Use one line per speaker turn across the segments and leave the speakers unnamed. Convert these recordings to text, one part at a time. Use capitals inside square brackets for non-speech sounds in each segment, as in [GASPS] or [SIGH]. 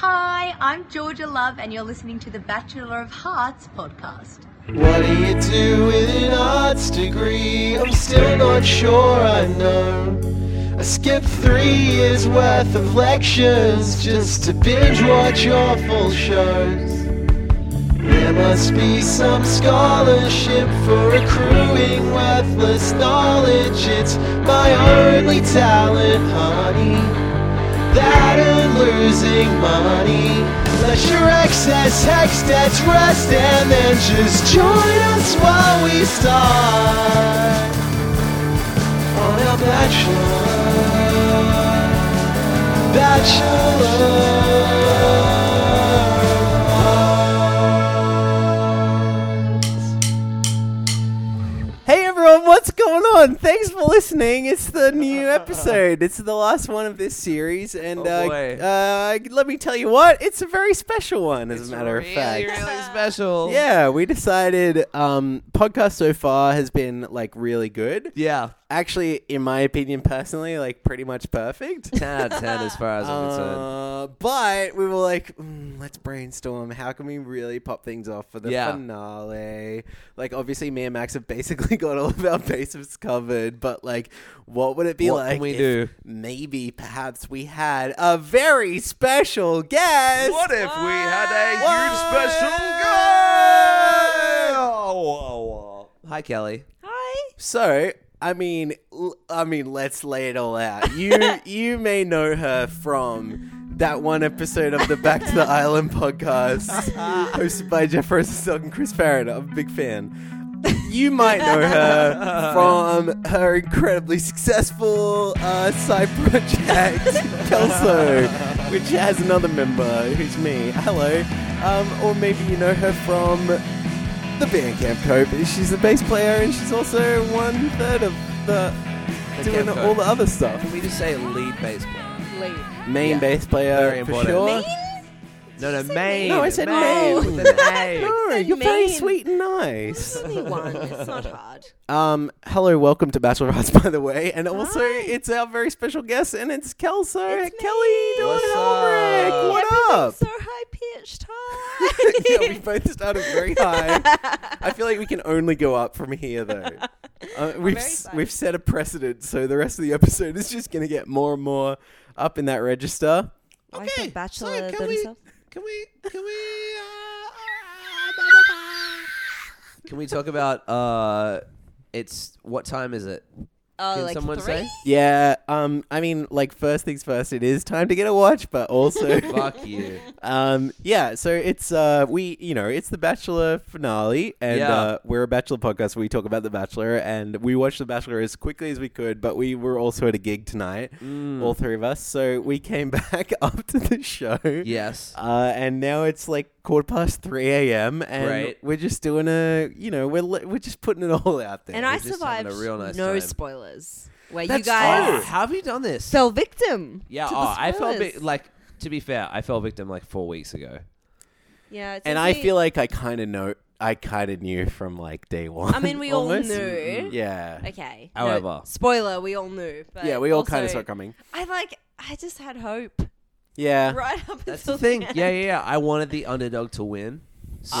Hi, I'm Georgia Love, and you're listening to the Bachelor of Hearts podcast.
What do you do with an arts degree? I'm still not sure I know. I skipped three years worth of lectures just to binge watch awful shows. There must be some scholarship for accruing worthless knowledge. It's my only talent, honey that and losing money. Let your excess hex debts rest and then just join us while we start on our bachelor. Bachelor.
Hey everyone, what's going on? Thanks for listening. It's the
[LAUGHS]
new episode. It's the last one of this series, and uh,
Oh, boy.
uh, let me tell you what, it's a very special one, as a matter of fact.
[LAUGHS] really special.
Yeah, we decided um, podcast so far has been like really good.
Yeah.
Actually, in my opinion, personally, like pretty much
[LAUGHS]
perfect.
10 out of 10 as far as I'm concerned.
Uh, but we were like, "Mm, let's brainstorm. How can we really pop things off for the
Yeah.
finale? Like, obviously, me and Max have basically [LAUGHS] got all of our bases covered. But like, what would it be
What
like?
can we
if
do?
Maybe, perhaps, we had a very special guest.
What if we had a huge
What?
special girl? Hi, Kelly.
So, I mean, l- I mean, let's lay it all out. You you may know her from that one episode of the Back to the Island podcast hosted by Jeff Rosenstock and Chris Farron. I'm a big fan. You might know her from her incredibly successful uh, side project, Kelso, which has another member who's me. Hello. Um, or maybe you know her from the Bandcamp Cope. She's the bass player and she's also one third of the doing
Camp Cope.
all the other stuff.
Can we just say lead bass player?
Main bass player
Very
for
important.
sure.
Main? No, no, main.
No, I said main. [LAUGHS]
With an A.
No,
It's
you're very
main.
sweet and nice.
only one. It's not hard.
Um, hello, welcome to Bachelor of Arts, [LAUGHS] by the way, and also it's our very special guest, and it's Kelso,
It's me.
Kelly, Dylan
What's
Helmrich.
up?
What up?
So high pitched.
[LAUGHS] yeah,
Hi.
we both started very high. I feel like we can only go up from here, [LAUGHS] though. Uh, we've s-
excited.
we've set a precedent, so the rest of the episode is just going to get more and more up in that register.
Like the Bachelor
so
themselves.
can we? Can we? Uh,
Can we talk about uh it's what time is it?
Uh,
Oh,
Can
like
someone
three?
say?
yeah. Um. I mean, like first things first. It is time to get a watch, but [LAUGHS] also
Fuck you.
Um, yeah, so it's uh, we you know it's the Bachelor finale, and
Yeah.
uh, we're a Bachelor podcast. We talk about the Bachelor, and we watched the Bachelor as quickly as we could. But we were also at a gig tonight,
Mm, Hmm.
all three of us. So we came [LAUGHS] back after the show.
Yes.
Uh, and now it's like quarter past three a.m. and
Right.
we're just doing a you know we're li- we're just putting it all out there.
And I
We're just having
survived
a real nice
no
time.
spoilers. Where you
That's
Oh,
guys
true.
have you done this?
fell victim.
yeah,
to the
oh, I felt
spoilers.
bit, like to be fair, I fell victim like 4 weeks ago.
Yeah, it's
and I
easy-
feel like I kind of know I kind of knew from like day one.
I mean, we
almost.
all knew.
Mm-hmm.
Yeah.
Okay. no,
However.
spoiler, we all knew. But
Yeah, we all kind of
also,
saw it coming.
I like. I just had hope
Yeah.
right up
That's
until
the thing.
end.
Yeah, yeah, yeah. I wanted the underdog to win so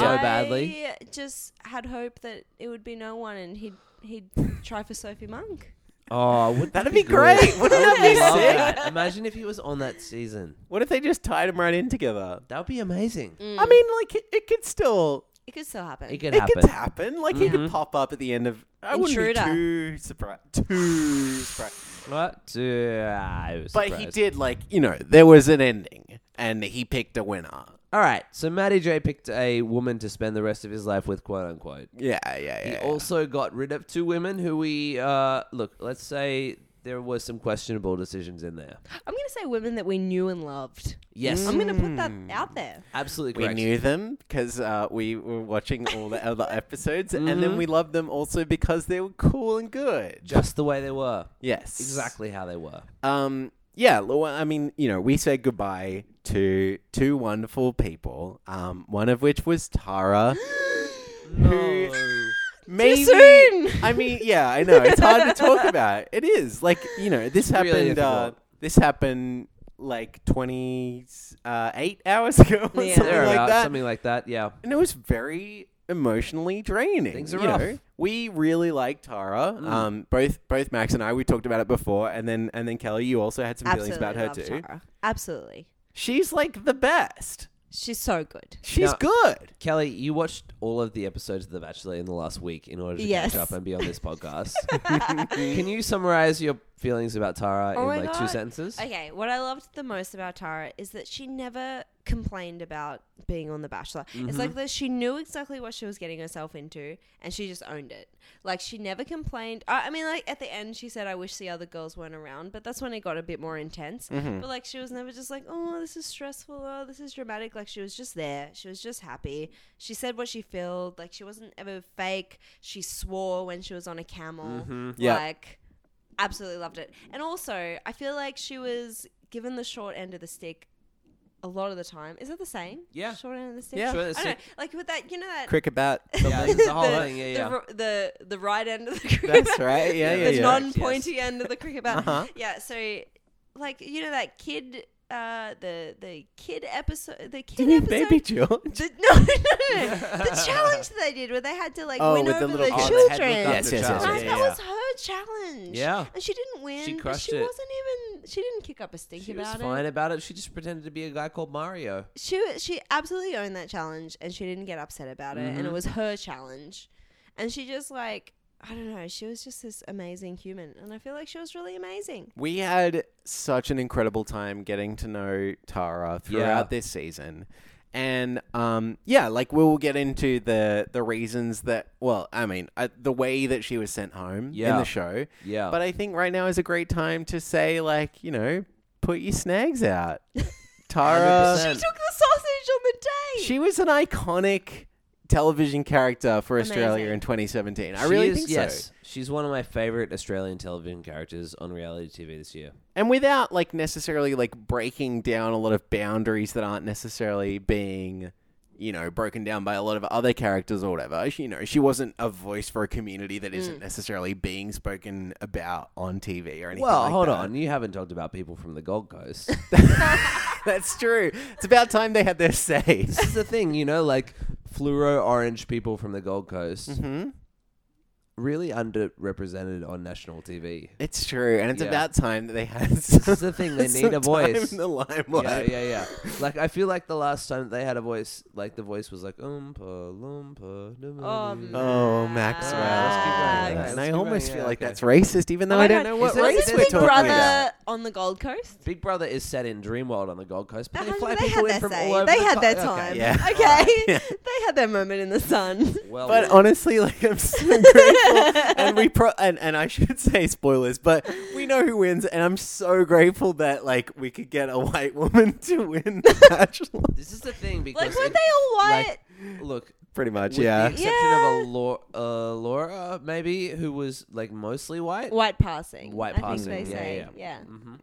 [LAUGHS]
badly.
I just had hope that it would be no one, and he'd he'd try for Sophie Monk.
Oh, would
That'd be
[LAUGHS]
great. Wouldn't
I would
that be
love
sick?
that. Imagine if he was on that season.
What if they just tied them right in together?
That would be amazing.
Hmm.
I mean, like it, it could still
It could still happen.
It could
it
happen. Mm-hmm.
could happen. Like he could pop up at the end of. I wouldn't
Intruder.
be too surprised. Too surprised.
What? Dude, I was
But he
surprised.
did like you know there was an ending and he picked a winner.
All right. So Matty J picked a woman to spend the rest of his life with, quote unquote.
Yeah, yeah, yeah.
He
yeah.
also got rid of two women who we uh, look. Let's say there was some questionable decisions in there.
I'm gonna say women that we knew and loved.
Yes,
I'm gonna put that out there.
absolutely
we
correct.
knew them because uh, we were watching all the
[LAUGHS]
other episodes, and
Mm-hmm.
then we loved them also because they were cool and good.
just the way they were.
Yes,
Exactly how they were.
Um, yeah, well, I mean, you know, we said goodbye to two wonderful people. Um, one of which was Tara.
[LAUGHS]
who maybe,
soon!
I mean, yeah, I
[LAUGHS]
know it's hard to talk about. It is like you know, this
Really
happened. uh,
difficult.
this happened like 28 hours ago or
Yeah.
something like
Thereabouts,
that.
something like that. Yeah.
and it was very emotionally draining.
Things are
you
rough. Mm.
know? We really like Tara. Um, both both Max and I, we talked about it before, and then and then Kelly, you also had some feelings about her too.
love Tara. Absolutely.
She's like the best.
She's so good.
She's
Now-
good.
Kelly, you watched all of the episodes of The Bachelor in the last week in order to
Yes.
catch up and be on this
[LAUGHS]
podcast. Can you summarize your feelings about Tara
Oh
in
my
like two
God.
sentences?
Okay, what I loved the most about Tara is that she never complained about being on The Bachelor. It's like that she knew exactly what she was getting herself into and she just owned it. Like she never complained. I, I mean, like at the end, she said, I wish the other girls weren't around, but that's when it got a bit more intense. But like she was never just like, oh, this is stressful. Oh, this is dramatic. Like she was just there. She was just happy. She said what she felt. Like she wasn't ever fake. She swore when she was on a camel.
Yeah.
Like absolutely loved it. And also, I feel like she was given the short end of the stick a lot of the time. Is that the same?
Yeah.
Short end of the stick?
Yeah. Short end
I
of the
don't know.
stick.
Like with that, you know that.
Crick about
Yeah,
something.
it's the whole thing. Yeah, yeah.
[LAUGHS] The, ro- the, the right end of the cricket.
[LAUGHS] That's right. Yeah, yeah,
the
yeah.
non pointy end of the cricket bat.
Uh-huh.
Yeah. So, like, you know that kid. Uh, the the kid episode, the kid
Do you mean [LAUGHS]
episode,
Baby George?
[LAUGHS] the, no, no, no,
[LAUGHS]
no. the challenge that they did where they had to like
Oh,
win
with the
over
little
the
kids.
Oh, the
children.
head look
Yes,
after
yes,
child.
yes,
Right,
yes,
that
yeah.
was her challenge.
Yeah.
and she didn't win.
She
but
crushed
she
it.
wasn't even. She didn't kick up a stink
She was
about
fine
it.
about it. She just pretended to be a guy called Mario.
She wa- she absolutely owned that challenge, and she didn't get upset about it.
Mm-hmm.
And it was her challenge, and she just like I don't know. She was just this amazing human, and I feel like she was really amazing.
We had such an incredible time getting to know Tara throughout this season. And um, yeah, like we'll get into the the reasons that well, I mean, uh, the way that she was sent home in
Yeah.
the show.
Yeah.
But I think right now is a great time to say like, you know, put your snags
[LAUGHS]
out.
uh,
Tara
100%.
She took the sausage on the day.
she was an iconic television character for Australia
Amazing.
in 2017. I
She
really
is-
think so.
yes. She's one of my favorite Australian television characters on reality TV this year.
and without like necessarily like breaking down a lot of boundaries that aren't necessarily being you know broken down by a lot of other characters or whatever she, you know she wasn't a voice for a community that isn't necessarily being spoken about on tv or anything
Well,
like
hold
that.
[LAUGHS] on. You haven't talked about people from the Gold Coast.
[LAUGHS] that's true it's about time they had their say
this is the thing, you know, like fluoro orange people from the Gold Coast.
Mm-hmm. Hmm?
Really underrepresented on national
[LAUGHS]
TV.
it's true and it's
Yeah.
about time that they had
This is the thing, [LAUGHS]
[LAUGHS]
they
some
need a
time
voice.
in the
Yeah,
limelight
yeah, yeah. Like I feel like the last time they had a voice, like the voice was like umpa lumpa.
Oh,
dumadi."
Oh, Maxwell.
let's keep going.
Alright,
and
let's
I
keep
almost
going.
feel
Yeah,
like
okay.
that's racist, even though I don't know what
Is it-
race
is it
we're
Big
talking
Brother
about.
on the Gold Coast.
Big Brother is set in Dreamworld on the Gold Coast, but they
Uh-huh,
fly
they
people
had
in
their
from
say.
all over.
They
the
had
co-
their
Okay,
time.
Yeah.
[LAUGHS] Okay. they had their moment in the
[LAUGHS]
sun.
Well,
But honestly, like I'm so [LAUGHS] grateful, and
[LAUGHS]
we pro and, and I should say spoilers, but we know who wins, and I'm so grateful that like we could get a white [LAUGHS] woman to win
[LAUGHS]
the Bachelor.
this is the thing because
like, weren't
it-
they all white?
like, look,
Pretty much,
with the
yeah.
exception
Yeah.
of a Laura, uh, Laura, maybe who was like mostly white. Mm-hmm.
white passing.
White
I
passing,
Think they
yeah,
say.
yeah,
yeah.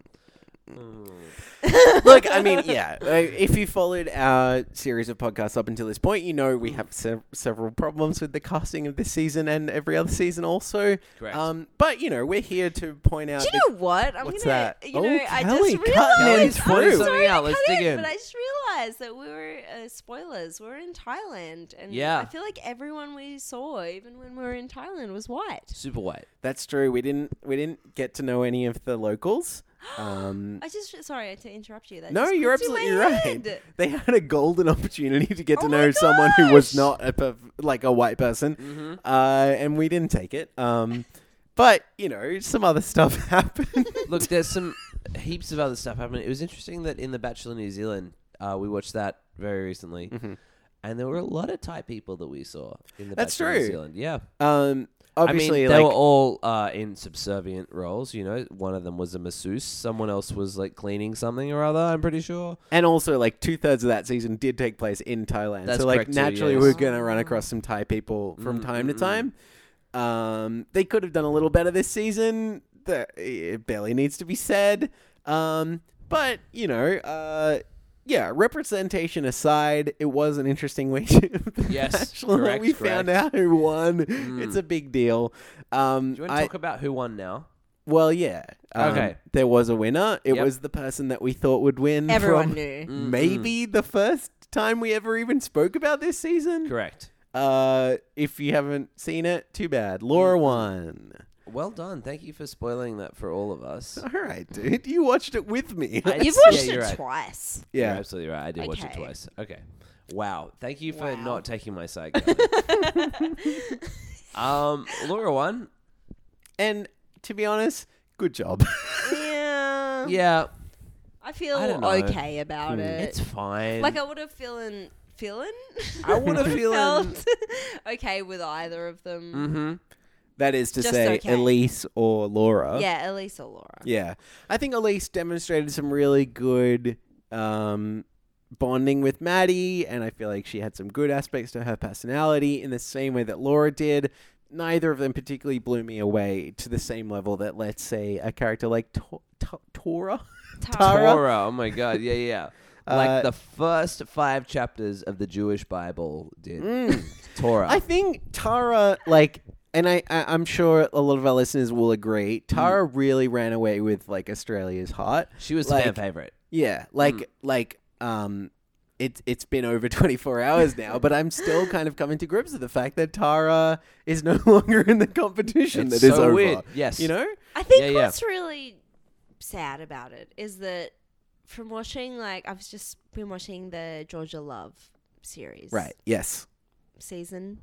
Mm.
Look, I mean, yeah. uh, If you followed our series of podcasts up until this point, you know we have sev- several problems with the casting of this season and every other season, also.
Correct.
Um, but you know we're here to point
Uh,
out.
Do you
the-
know what? I'm
What's
gonna.
that?
You
Oh,
know, I
Kelly,
just
cut
realized.
that
I'm
through.
sorry to
Yeah, let's
cut
dig
in,
in.
but I just realized that we were uh, spoilers. We were in Thailand, and
Yeah.
I feel like everyone we saw, even when we were in Thailand, was white.
Super white.
That's true. We didn't we didn't get to know any of the
[GASPS]
locals. Um,
I just sorry to interrupt you. That
no,
just
you're
clicked in my
absolutely right.
head.
They had a golden opportunity to get to
Oh my
know someone who was
gosh!
not a perf- like a white person,
Mm-hmm.
uh, and we didn't take it. Um, but you know, some other stuff [LAUGHS] happened.
Look, there's some [LAUGHS] heaps of other stuff happening. It was interesting that in The Bachelor New Zealand, uh, we watched that very recently,
Mm-hmm.
and there were a lot of Thai people that we saw in The
That's
Bachelor New
true.
Zealand. Yeah.
um,
I mean,
obviously,
they
like
were all uh, in subservient roles. You know, one of them was a masseuse. Someone else was like cleaning something or other. I'm pretty sure.
And also, like two thirds of that season did take place in Thailand.
That's
so, like,
correct too,
naturally,
yes. Mm,
we're going to run across some Thai people from time to time. Um, they could have done a little better this season. The, it barely needs to be said. Um, but you know, uh, yeah, representation aside, it was an interesting week. [LAUGHS]
Yes,
Bachelor. [LAUGHS]
correct,
we found
correct.
out
Mm.
who won. It's a big deal. Um,
Do you want
I-
to talk about who won now?
Well, yeah. Um,
Okay.
There was a winner. It
Yep.
was the person that we thought would win.
Everyone
from
knew.
Mm.
Maybe the first time we ever even spoke about this season.
Correct.
Uh, if you haven't seen it, too bad. Laura won.
Well done. Thank you for spoiling that for all of us.
All right, dude. You watched it with me.
I-
You've
Yeah,
watched
you're
it
right.
twice.
[LAUGHS]
You're
yeah.
absolutely right. I did watch it
Okay.
twice. Okay. Wow. Thank you for
Wow.
not taking
[LAUGHS]
my side. Kelly. um, Laura won.
And to be honest, good job.
Yeah.
[LAUGHS] Yeah,
Uh,
I feel
I don't know. Hmm.
okay about it.
it's fine.
like I would have feeling feeling.
I
[LAUGHS]
would've feelin-
felt okay with either of them.
[LAUGHS] that is to
Just
say,
okay.
Elise or
Mm-hmm.
Laura.
Yeah, Elise or Laura.
Yeah. I think Elise demonstrated some really good um, bonding with Maddie, and I feel like she had some good aspects to her personality in the same way that Laura did. Neither of them particularly blew me away to the same level that, let's say, a character like Tor- Tor- Tora.
Tara.
Tara.
Torah. Oh my god. Yeah, yeah.
[LAUGHS]
like
Uh,
the first five chapters of the Jewish Bible did. Torah.
Mm. I think Tara, like, and I, I, I'm sure a lot of our listeners will agree. Tara really ran away with like Australia's heart.
Hmm. she was
like,
the fan favorite.
Yeah,
Hmm.
like like um it's it's been over [LAUGHS] 24 hours now, but I'm still kind of coming to grips with the fact that Tara is no [LAUGHS] longer in the competition
It's
that is
so
over.
weird. Yes.
You know?
I think
Yeah, yeah.
what's really sad about it is that from watching like I've just been watching the Georgia Love series.
Right. Yes.
season.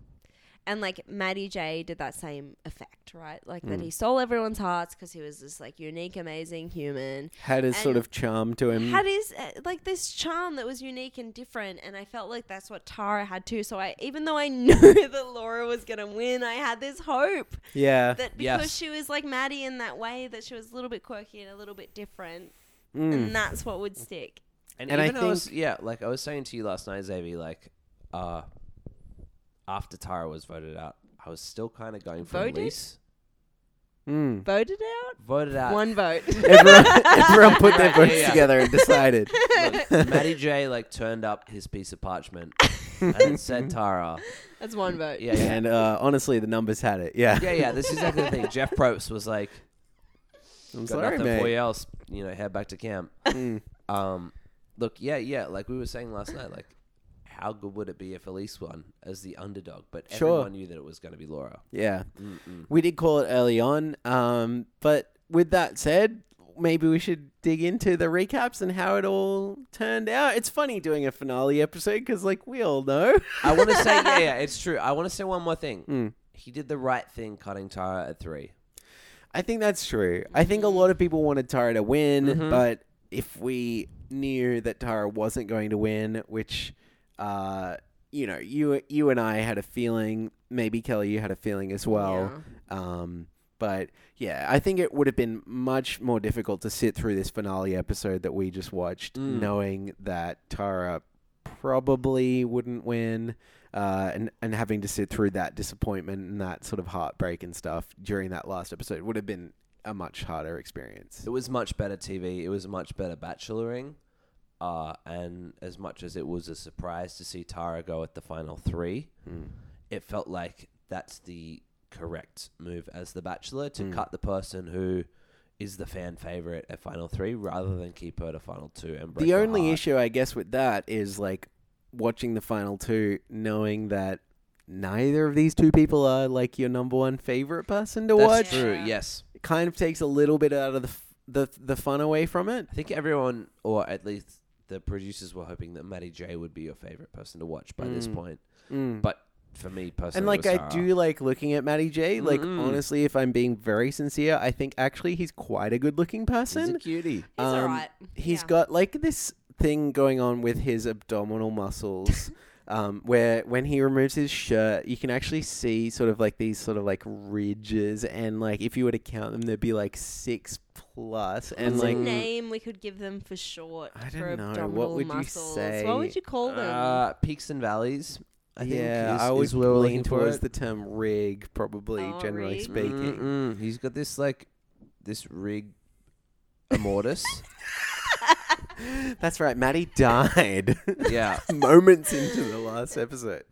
And like Maddie J did that same effect, right? Like
Mm.
that he stole everyone's hearts because he was this like unique, amazing human.
Had a sort
And
of charm to him.
Had his uh, like this charm that was unique and different, and I felt like that's what Tara had too. So I, even though I [LAUGHS] knew that Laura was gonna win, I had this hope
yeah.
that because
Yes.
she was like Maddie in that way, that she was a little bit quirky and a little bit different,
Hmm.
and that's what would stick.
And I
even was, yeah, like I was saying to you last night, Xavier, like uh after Tara was voted out, I was still kind of going for
Voted?
Elise.
Mm.
Voted out,
Voted
Uh,
out.
one vote.
[LAUGHS] everyone, everyone put their
Yeah, yeah,
votes
yeah.
together and
[LAUGHS]
decided.
Look, Matty J like turned up his piece of parchment and it said Tara.
that's one vote.
Yeah,
[LAUGHS]
yeah.
and uh, honestly, the numbers had it. Yeah.
Yeah, yeah, this is exactly the thing. Jeff Probst was like,
I'm
got
sorry,
nothing
mate. Mm.
for you else, you know, head back to camp. Um, look, yeah, yeah, like we were saying last night, like, how good would it be if Elise won as the underdog? But
Sure.
everyone knew that it was going to be Laura.
Yeah. We did call it early on. Um, but with that said, maybe we should dig into the recaps and how it all turned out. It's funny doing a finale episode because, like, we all know. [LAUGHS]
I want to say, yeah, yeah, it's true. I want to say one more thing.
Hmm.
He did the right thing cutting Tara at three.
I think that's true. I think a lot of people wanted Tara to win, but if we knew that Tara wasn't going to win, which, uh, you know, you you and I had a feeling. Maybe Kelly, you had a feeling as well. Um, but yeah, I think it would have been much more difficult to sit through this finale episode that we just watched, knowing that Tara probably wouldn't win, uh, and and having to sit through that disappointment and that sort of heartbreak and stuff during that last episode would have been a much harder experience.
It was much better TV. It was much better bacheloring. Uh, and as much as it was a surprise to see Tara go at the final three, it felt like that's the correct move as the bachelor
Hmm.
to cut the person who is the fan favorite at final three rather than keep her to final two and break
the
her
only
heart.
issue, I guess, with that is like watching the final two, knowing that neither of these two people are like your number one favorite person to
That's
watch.
true.
Yeah.
Yes,
It kind of takes a little bit out of the f- the the fun away from it.
I think everyone, or at least the producers, were hoping that Maddie J would be your favorite person to watch by this point. But for me personally,
Mm. And
it
like
was
I
Tara.
do like looking at Matty J. Like honestly, if I'm being very sincere, I think actually he's quite a good looking
He's
person.
a cutie.
He's
Um,
alright.
He's
Yeah.
got like this thing going on with his abdominal
[LAUGHS]
muscles. Um, where when he removes his shirt, you can actually see sort of like these sort of like ridges, and like if you were to count them, there'd be like six plus, and
What's
like
a name we could give them for short
I
for
don't know. What
abdominal
would you
muscles?
say?
What would you call them?
Uh, peaks and valleys. I think
yeah,
is,
I would
is where we're
lean
looking for
towards
it.
the term rig, probably
Oh,
generally
rig.
speaking.
Mm-mm. He's got this like this rig
[LAUGHS]
immortus.
That's right, Maddie
[LAUGHS]
died.
yeah.
[LAUGHS] moments into the last episode.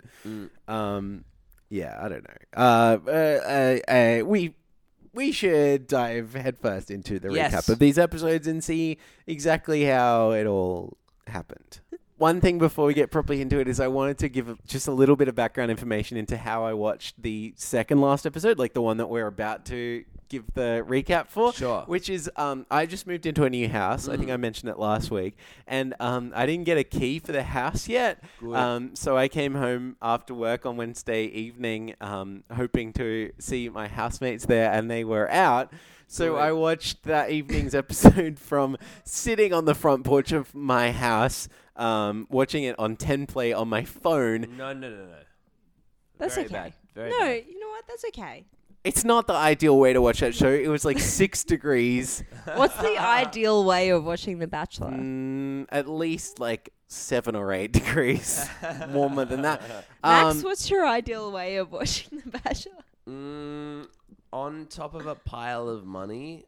Um, yeah, I don't know. Uh, uh, uh, uh, we we should dive headfirst into the
Yes.
recap of these episodes and see exactly how it all happened. One thing before we get properly into it is I wanted to give just a little bit of background information into how I watched the second last episode, like the one that we're about to give the recap for.
Sure.
Which is, um, I just moved into a new house. I think I mentioned it last week, and um, I didn't get a key for the house yet. Um, so I came home after work on Wednesday evening, um, hoping to see my housemates there, and they were out. So I watched that evening's [LAUGHS] episode from sitting on the front porch of my house, um, watching it on 10 play on my phone.
No, no, no, no.
That's
Very
okay.
bad. Very
no,
bad.
you know what? That's
[LAUGHS]
okay.
It's not the ideal way to watch that show. It was like six degrees,
What's the ideal way of watching The Bachelor?
mm, at least like seven or eight degrees warmer than that.
Max,
Um,
what's your ideal way of watching [LAUGHS] The Bachelor?
Mm, on top of a pile
[LAUGHS]
of money,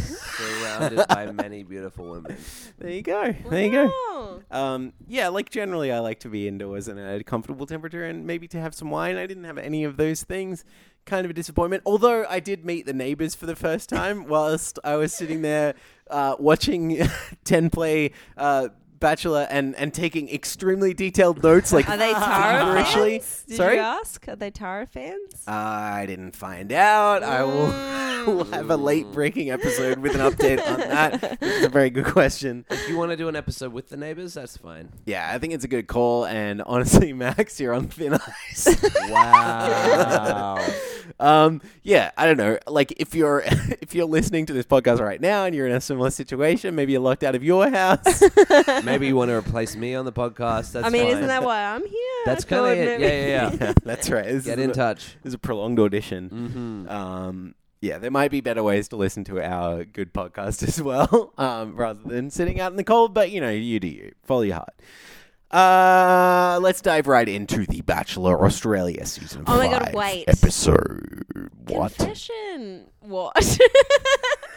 surrounded by many beautiful women.
there you go. There you go.
Oh.
Um, yeah, like generally, I like to be indoors and at a comfortable temperature, and maybe to have some wine. I didn't have any of those things. Kind of a disappointment. Although I did meet the neighbors for the
[LAUGHS]
first time whilst I was sitting there uh, watching [LAUGHS] Ten play uh, Bachelor and and taking extremely detailed notes. Like
Are they Tara
feverishly.
fans? Did
Sorry.
you ask? Are they
[LAUGHS]
Tara fans?
I didn't find out. I will [LAUGHS] will have a
Mm.
late breaking episode with an update on that. It's a very good question.
If you want to do an episode with the neighbors, that's fine.
Yeah, I think it's a good call. And honestly, [LAUGHS] Max, you're on thin ice. [LAUGHS]
Wow.
um, yeah, I don't know. Like if you're [LAUGHS] if you're listening to this podcast right now and you're in a similar situation, maybe you're locked out of your
[LAUGHS]
house.
[LAUGHS]
[LAUGHS]
Maybe you want to replace me on the podcast. That's
I mean,
fine.
isn't that why I'm here?
That's
I thought
kind of it.
maybe- [LAUGHS]
Yeah, yeah, yeah.
yeah, that's right. This
Get
is
in
a,
touch.
This is a prolonged audition.
Mm-hmm.
Um, yeah, there might be better ways to listen to our good podcast [LAUGHS] as well, um, rather than sitting out in the cold. But you know, you do you. Follow your heart. Uh, let's dive right into the Bachelor Australia season.
Oh my God,
five
wait.
Episode what?
Confession. What? [LAUGHS]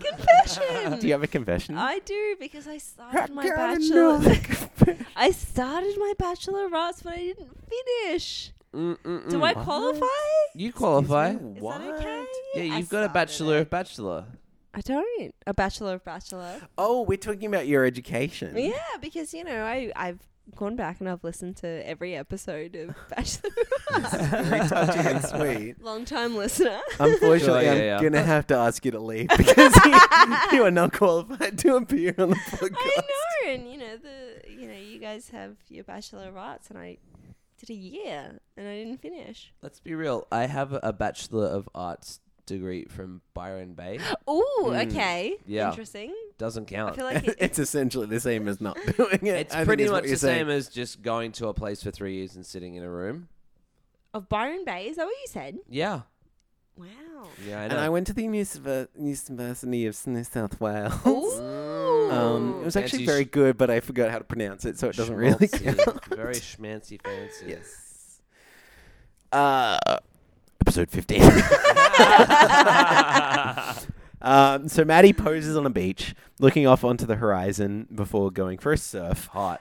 Confession.
[LAUGHS] Do you have a confession?
I do because I
I
started my
got [LAUGHS]
bachelor.
another confession.
I started my bachelor rats, but I didn't finish. Do I qualify?
Mm. You qualify.
Is that okay?
Yeah,
I
you've got a
started
bachelor
it.
of bachelor.
I don't. A bachelor of bachelor.
Oh, we're talking about your education.
Yeah, because you know I I've gone back and I've listened to every episode
[LAUGHS]
of Bachelor. of Bachelor.
Very touching and sweet.
Long time listener.
[LAUGHS]
[LAUGHS]
Unfortunately,
Sure, yeah,
I'm
yeah.
gonna have to ask you to leave [LAUGHS] because you,
[LAUGHS]
you are not qualified to appear on the podcast.
I know, and you know the you know you guys have your bachelor of arts, and I did a year and I didn't finish.
Let's be real. I have a bachelor of arts degree from Byron Bay.
Oh, okay,
Hmm. Yeah.
interesting.
Doesn't
I
count.
feel like it,
[LAUGHS] it's essentially the same as not doing it.
It's pretty much the same as just going to a place for three years and sitting in a room.
of Byron Bay. Is that what you said?
Yeah.
Wow.
Yeah, I
and
know.
I went to the Univer- University of New South
Mm.
Wales.
Ooh.
Um, it was actually
Fancy
very
sh-
good, but I forgot how to pronounce it, so it doesn't really
Schmaltzy.
count.
Very schmancy fancy.
Yes. Uh, episode 15. [LAUGHS] um, so Maddie poses on a beach, looking off onto the horizon before going for a surf.
Hot.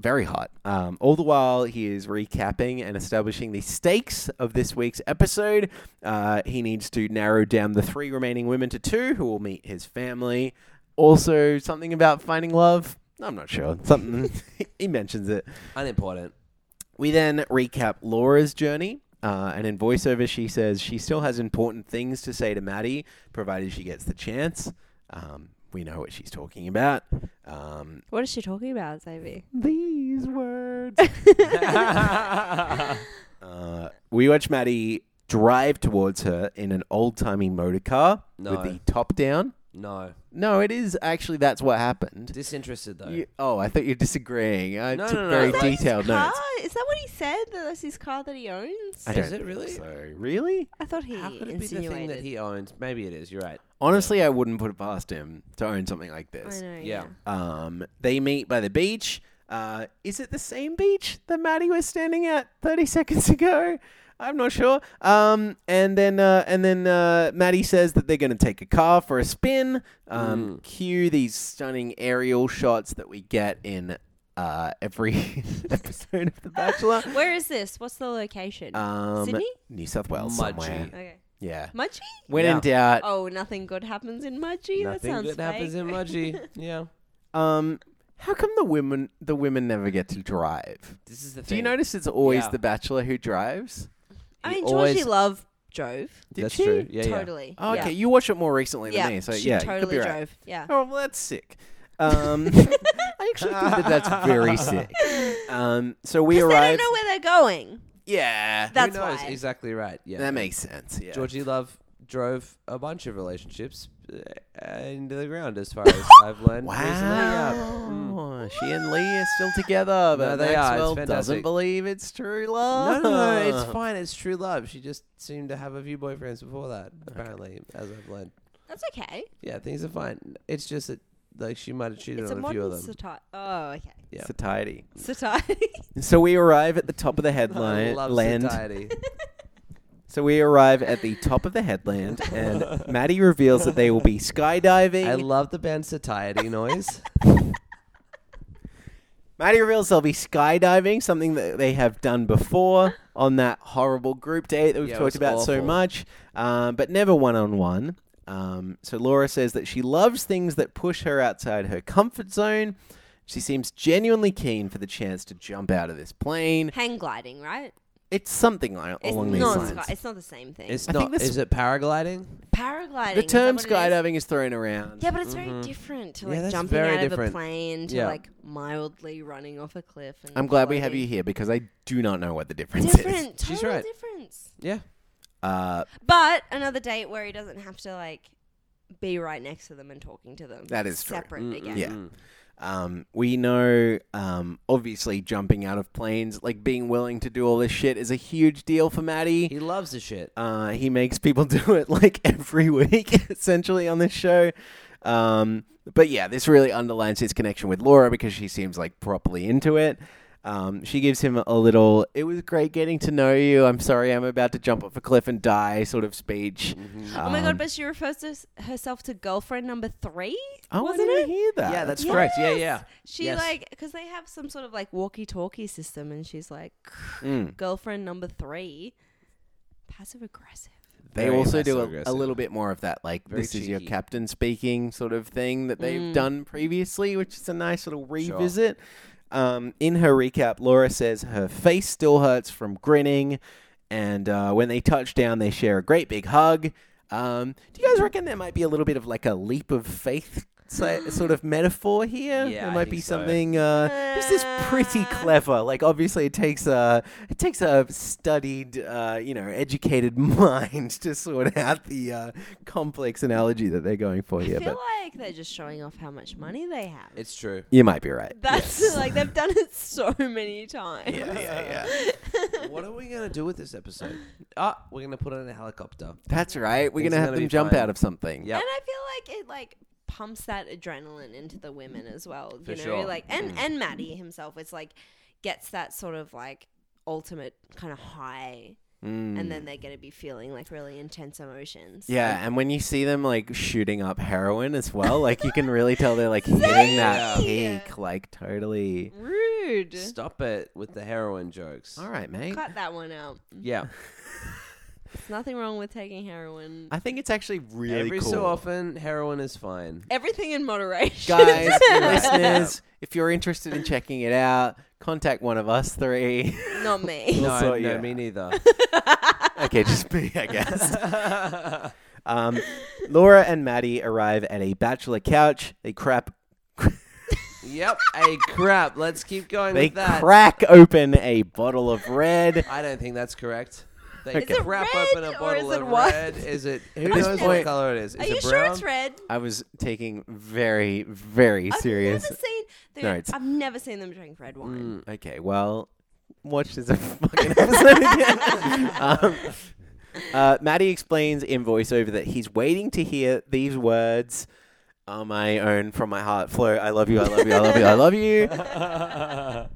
Very hot. Um, all the while, he is recapping and establishing the stakes of this week's episode. Uh, he needs to narrow down the three remaining women to two who will meet his family. Also, something about finding love. I'm not sure. Something [LAUGHS] he mentions it. [LAUGHS]
Unimportant. [LAUGHS]
We then recap Laura's journey. Uh, and in voiceover, she says she still has important things to say to Maddie, provided she gets the chance. Um, we know what she's talking about. Um,
What is she talking about, Xavier?
these
[LAUGHS]
words. uh, [LAUGHS] we watch Maddie drive towards her in an old timey motor car
No.
with the top down.
No.
No, it is actually that's what happened.
Disinterested though.
You- oh, I thought you were disagreeing. I
No,
took
no, no.
very
Is that his
detailed
car?
notes.
Is that what he said? That that's his car that he owns?
I
I,
don't
Is it
think
really?
So really?
thought he
How could it be the
insinuated.
thing that he owns? Maybe it is. You're right.
Honestly, I wouldn't put it past him to own something like
I
this.
know.
Yeah.
Oh, Yeah.
Um, they meet by the beach. Uh, is it the same beach that Maddie was standing at 30 [LAUGHS] seconds ago? I'm not sure. Um, and then uh, and then uh, Maddie says that they're going to take a car for a spin. Um, Cue these stunning aerial shots that we get in uh, every [LAUGHS] episode
[LAUGHS]
of The Bachelor.
Where is this? What's the location?
Um,
Sydney?
New South Wales
Mudgee.
somewhere.
Okay.
Yeah.
Mudgy?
When in doubt,
Yeah.
Oh, nothing good happens in Mudgy. that
Nothing
sounds
good happens
fake.
in
[LAUGHS]
Mudgee. yeah.
um, how come the women the women never get to drive?
This is the thing.
Do you notice it's always
Yeah.
the bachelor who drives?
He
I mean,
always-
Georgie Love drove.
Did
That's
she?
true. Yeah, yeah.
totally.
Oh, okay,
Yeah.
you watch it more recently than
Yeah,
me, so
she
yeah,
totally
you could be right.
drove. Yeah.
Oh, well, that's
[LAUGHS]
sick. Um, I actually think that that's very sick. Um, so we
Because they
arrive.
don't know where they're going.
yeah,
Who
That's
knows?
why.
Exactly right. Yeah.
that makes sense. Yeah,
Georgie Love drove a bunch of relationships uh, into the ground, as far
[LAUGHS]
as I've learned.
Wow,
recently. Yeah.
she and Lee are still together, but
Mm. they are. It's
Maxwell doesn't
fantastic.
believe it's true
No,
love.
no, no, it's
[LAUGHS]
fine. It's true love. She just seemed to have a few boyfriends before that, apparently, as I've learned.
That's okay.
Yeah, things are fine. It's just that, like, she might have cheated
It's a
on a, few of
modern
them.
satire. Oh, okay.
Yeah.
Satiety.
Satiety. [LAUGHS]
So we arrive at the top of the
[LAUGHS] I
headline
love
land.
satiety. [LAUGHS]
So we arrive at the top of the headland,
[LAUGHS]
and Maddie reveals that they will be skydiving.
I love the band satiety noise.
[LAUGHS]
Maddie reveals they'll be skydiving, something that they have done before on that horrible group date that we've
Yeah, it
talked
was
about so
awful.
much, um, but never one on one. Um, so Laura says that she loves things that push her outside her comfort zone. She seems genuinely keen for the chance to jump out of this plane.
Hang gliding, right?
It's something like,
It's
along these
not
lines.
sky- It's not the same thing.
It's
I think
not.
this-
Is it paragliding?
paragliding.
the
is that
term
what it is?
skydiving is thrown around.
Yeah, but it's
Mm-hmm.
very different to
Yeah,
like
that's
jumping
very
out of a
different.
plane to
Yeah.
like mildly running off a cliff. And
I'm glad we have you
floating.
here because I do not know what the difference is.
Different, total
She's right.
difference.
Yeah.
[LAUGHS] Uh,
But another date where he doesn't have to like be right next to them and talking to them.
That is true.
separate again.
Yeah. Um, we know, um, obviously, jumping out of planes, like being willing to do all this shit, is a huge deal for Maddie.
He loves the shit.
Uh, he makes people [LAUGHS] do it like every week, [LAUGHS] essentially, on this show. Um, but yeah, this really underlines his connection with Laura because she seems like properly into it. Um, she gives him a little, it was great getting to know you. I'm sorry I'm about to jump off a cliff and die sort of speech.
Mm-hmm.
Um,
Oh my god! But she refers to s- herself to girlfriend number three.
Oh,
wasn't
I
it?
didn't hear that.
Yeah, that's correct. Yeah,
Yes.
yeah.
She
Yes.
like because they have some sort of like walkie-talkie system, and she's like,
Mm.
girlfriend number three, passive aggressive.
They
Very
also do a, a
passive-aggressive.
little bit more of that, like
Very
this is your
cheeky.
captain speaking sort of thing that they've done previously, which is a nice little revisit. Um, in her recap, Laura says her face still hurts from grinning, and uh, when they touch down, they share a great big hug. Um, do you guys reckon there might be a little bit of like a leap of faith si- sort of metaphor here?
Yeah,
there
I
might
think
be
so.
something. Uh, this is pretty clever. Like obviously, it takes a it takes a studied, uh, you know, educated [LAUGHS] mind to sort out the uh, complex analogy that they're going for here.
I feel
But
like they're just showing off how much money they have.
It's
[LAUGHS]
true.
you might be right.
That's like they've done it so many times.
Yeah, yeah, yeah.
what are we gonna do with this episode? Ah, we're gonna put it in a helicopter.
That's right. We're
Things
gonna
are
have
gonna
them
be
jump
fine.
out of something.
Yeah.
And I feel like it like pumps that adrenaline into the women as well.
For
you know,
sure.
like
Mm.
and and Maddie himself, it's like gets that sort of like ultimate kind of high, and then they're gonna be feeling like really intense emotions.
Mm. Yeah, and when you see them like shooting up heroin as
[LAUGHS]
well, like you can really tell they're like hitting that
Yeah.
peak, like totally.
Rude.
Stop it with the heroin jokes.
All right, mate.
Cut that one out.
[LAUGHS] Yeah.
There's nothing wrong with taking heroin.
I think it's actually really
Every
cool.
so often, heroin is fine.
Everything in moderation.
guys, [LAUGHS] listeners, if you're interested in checking it out, contact one of us three.
[LAUGHS] Not me.
No,
Also,
no,
yeah.
me neither.
[LAUGHS]
[LAUGHS]
okay, just me, I guess. um, Laura and Maddie arrive at a bachelor couch. They crap.
yep. Hey, crap. Let's keep going
They
with that.
crack open a bottle of red.
I don't think that's correct. They
Okay. Is it
crap
red
open
or
a bottle
is it
of
white?
red. Is it? Who
this
knows
point-
what color it is? Is
Are
it
you
brown?
sure it's red?
I was taking very, very serious.
I've never seen. Dude,
No, it's-
I've never seen them drink red wine.
Okay, well, watch this fucking episode again. [LAUGHS] um, uh, Maddie explains in voiceover that he's waiting to hear these words on my own from my heart flow. I love you, I love you, I love you, I love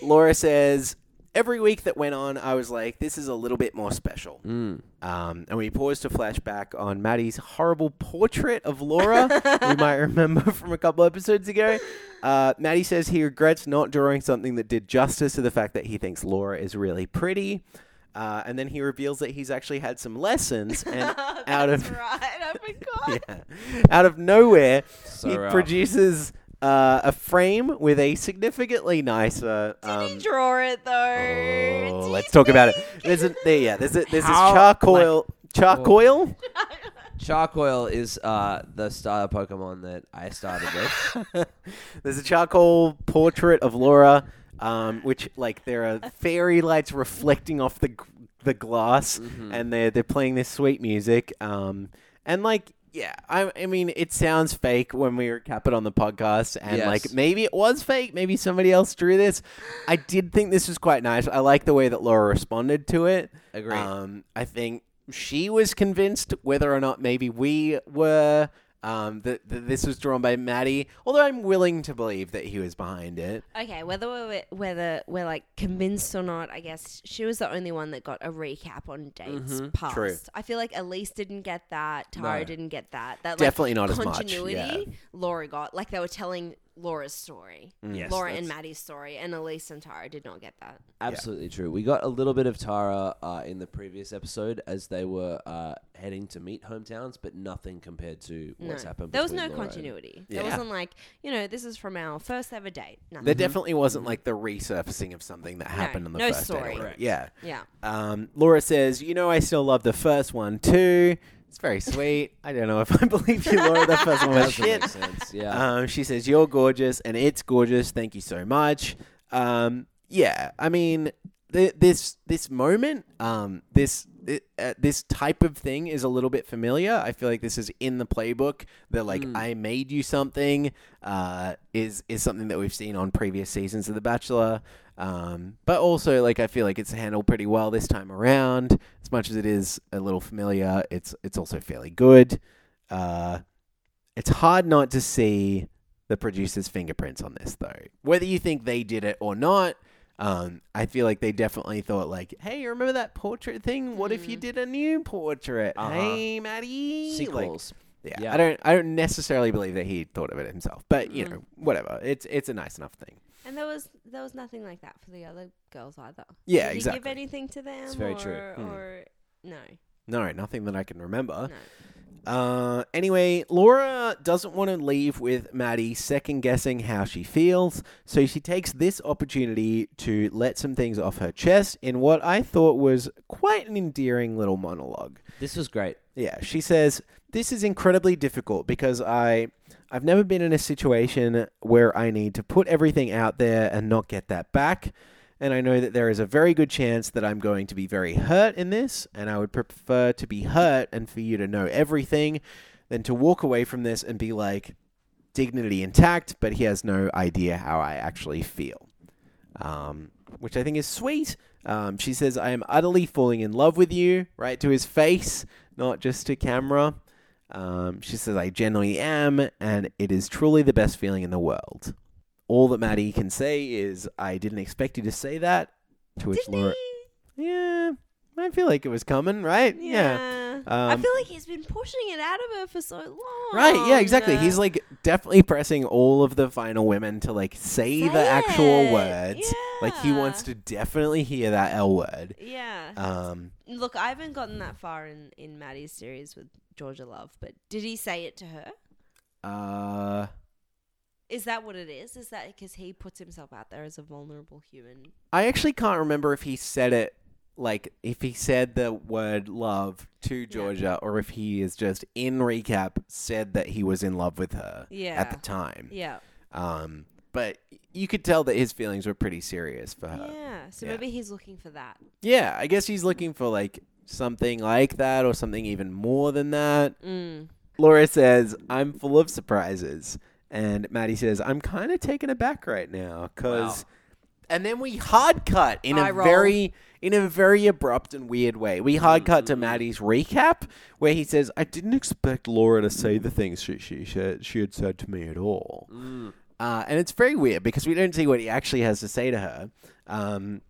you. Laura says, Every week that went on, I was like, this is a little bit more special. Um, and we paused to flash back on Maddie's horrible portrait of Laura, we might remember from a couple episodes ago. Uh, Maddie says he regrets not drawing something that did justice to the fact that he thinks Laura is really pretty. Uh, and then he reveals that he's actually had some lessons, and
[LAUGHS]
out of [LAUGHS]
right. I forgot.
yeah. out of nowhere, he
rough.
produces uh, a frame with a significantly nicer.
Did he
Um,
draw it though?
oh,
Do you
let's talk about it.
think?
There's a there, yeah. There's a, there's
How-
this charcoal charcoal.
Charcoil is uh, the starter Pokemon that I started
[LAUGHS]
with.
[LAUGHS] There's a charcoal portrait of Laura, um, which like there are fairy lights reflecting off the g- the glass, and they're they're playing this sweet music, um, and like. Yeah, I, I mean, it sounds fake when we recap it on the podcast, and
Yes.
like maybe it was fake, maybe somebody else drew this. I did think this was quite nice. I like the way that Laura responded to it.
Agreed.
Um, I think she was convinced, whether or not maybe we were, um, that, that this was drawn by Maddie. Although I'm willing to believe that he was behind it.
Okay, whether we're whether we're like convinced or not, I guess she was the only one that got a recap on dates
Mm-hmm,
past.
True.
I feel like Elise didn't get that, Tara
No.
didn't get that. That like,
Definitely not as much,
continuity, Laura got like they were telling Laura's story,
Mm,
Yes,
Laura and
that's-
Maddie's story, and Elise and Tara did not get that.
Absolutely true. We got a little bit of Tara uh, in the previous episode as they were uh, heading to meet hometowns, but nothing compared to what's
no,
happened.
there was no
between Laura and-
continuity. There
Yeah.
wasn't like you know this is from our first ever date.
There
Nothing.
definitely wasn't like the resurfacing of something that happened in the
no
first
story.
date.
Correct.
Yeah.
yeah.
Um, Laura says, "You know, I still love the first one too. It's very sweet. I don't know if I [LAUGHS] believe you, Laura. The first one was
Doesn't make
shit.
sense. Yeah.
[LAUGHS]
Um, she says, You're gorgeous and it's gorgeous. Thank you so much. Um, yeah, I mean, th- this this moment, um, this thi- uh, this type of thing is a little bit familiar. I feel like this is in the playbook. The like, I made you something uh, is is something that we've seen on previous seasons of The Bachelor. Um, but also, like, I feel like it's handled pretty well this time around. As much as it is a little familiar, it's it's also fairly good. Uh, it's hard not to see the producer's fingerprints on this, though. Whether you think they did it or not, um, I feel like they definitely thought, like, hey, remember that portrait thing? What if you did a new portrait?
Uh-huh.
Hey, Maddie. Like,
Sequels.
yeah,
Yeah.
I don't. I don't necessarily believe that he thought of it himself, but you know, whatever. It's it's a nice enough thing.
And there was there was nothing like that for the other girls either.
Yeah,
Did he give
exactly.
anything to them?
very
or,
true.
Hmm.
Or no,
No, nothing that I can remember.
no.
Uh, anyway, Laura doesn't want to leave with Maddie second guessing how she feels, so she takes this opportunity to let some things off her chest in what I thought was quite an endearing little monologue.
This was great.
Yeah, she says this is incredibly difficult because I I've never been in a situation where I need to put everything out there and not get that back. And I know that there is a very good chance that I'm going to be very hurt in this, and I would prefer to be hurt and for you to know everything than to walk away from this and be like dignity intact, but he has no idea how I actually feel um, which I think is sweet. Um, she says, I am utterly falling in love with you, right to his face, not just to camera. Um, she says, I genuinely am, and it is truly the best feeling in the world. All that Maddie can say is, I didn't expect you to say that. To which Laura, yeah, I feel like it was coming, right?
Yeah. I
Um,
feel like he's been pushing it out of her for so long.
Right, yeah, exactly.
Uh,
He's like definitely pressing all of the final women to like say, the
Say
actual
it.
words. Like he
Yeah.
wants to definitely hear that L word.
Yeah.
Um,
Look, I haven't gotten that far in in Maddie's series with Georgia Love, but did he say it to her?
uh,
Is that what it is? Is that because he puts himself out there as a vulnerable human?
I actually can't remember if he said it, like if he said the word love to Georgia, or if he is just in recap said that he was in love with her
Yeah.
at the time.
Yeah.
Um, but you could tell that his feelings were pretty serious for her.
yeah. So
Uh, yeah.
maybe he's looking for that.
Yeah, I guess he's looking for like something like that or something even more than that.
Mm.
Laura says, I'm full of surprises. And Maddie says, I'm kind of taken aback right now because. And then we hard cut in
Eye
a
roll.
very in a very abrupt and weird way. We hard cut
Mm-hmm.
to Maddie's recap where he says, "I didn't expect Laura to say the things she she she, she had said to me at all."
Mm.
Uh, and it's very weird because we don't see what he actually has to say to her. Um,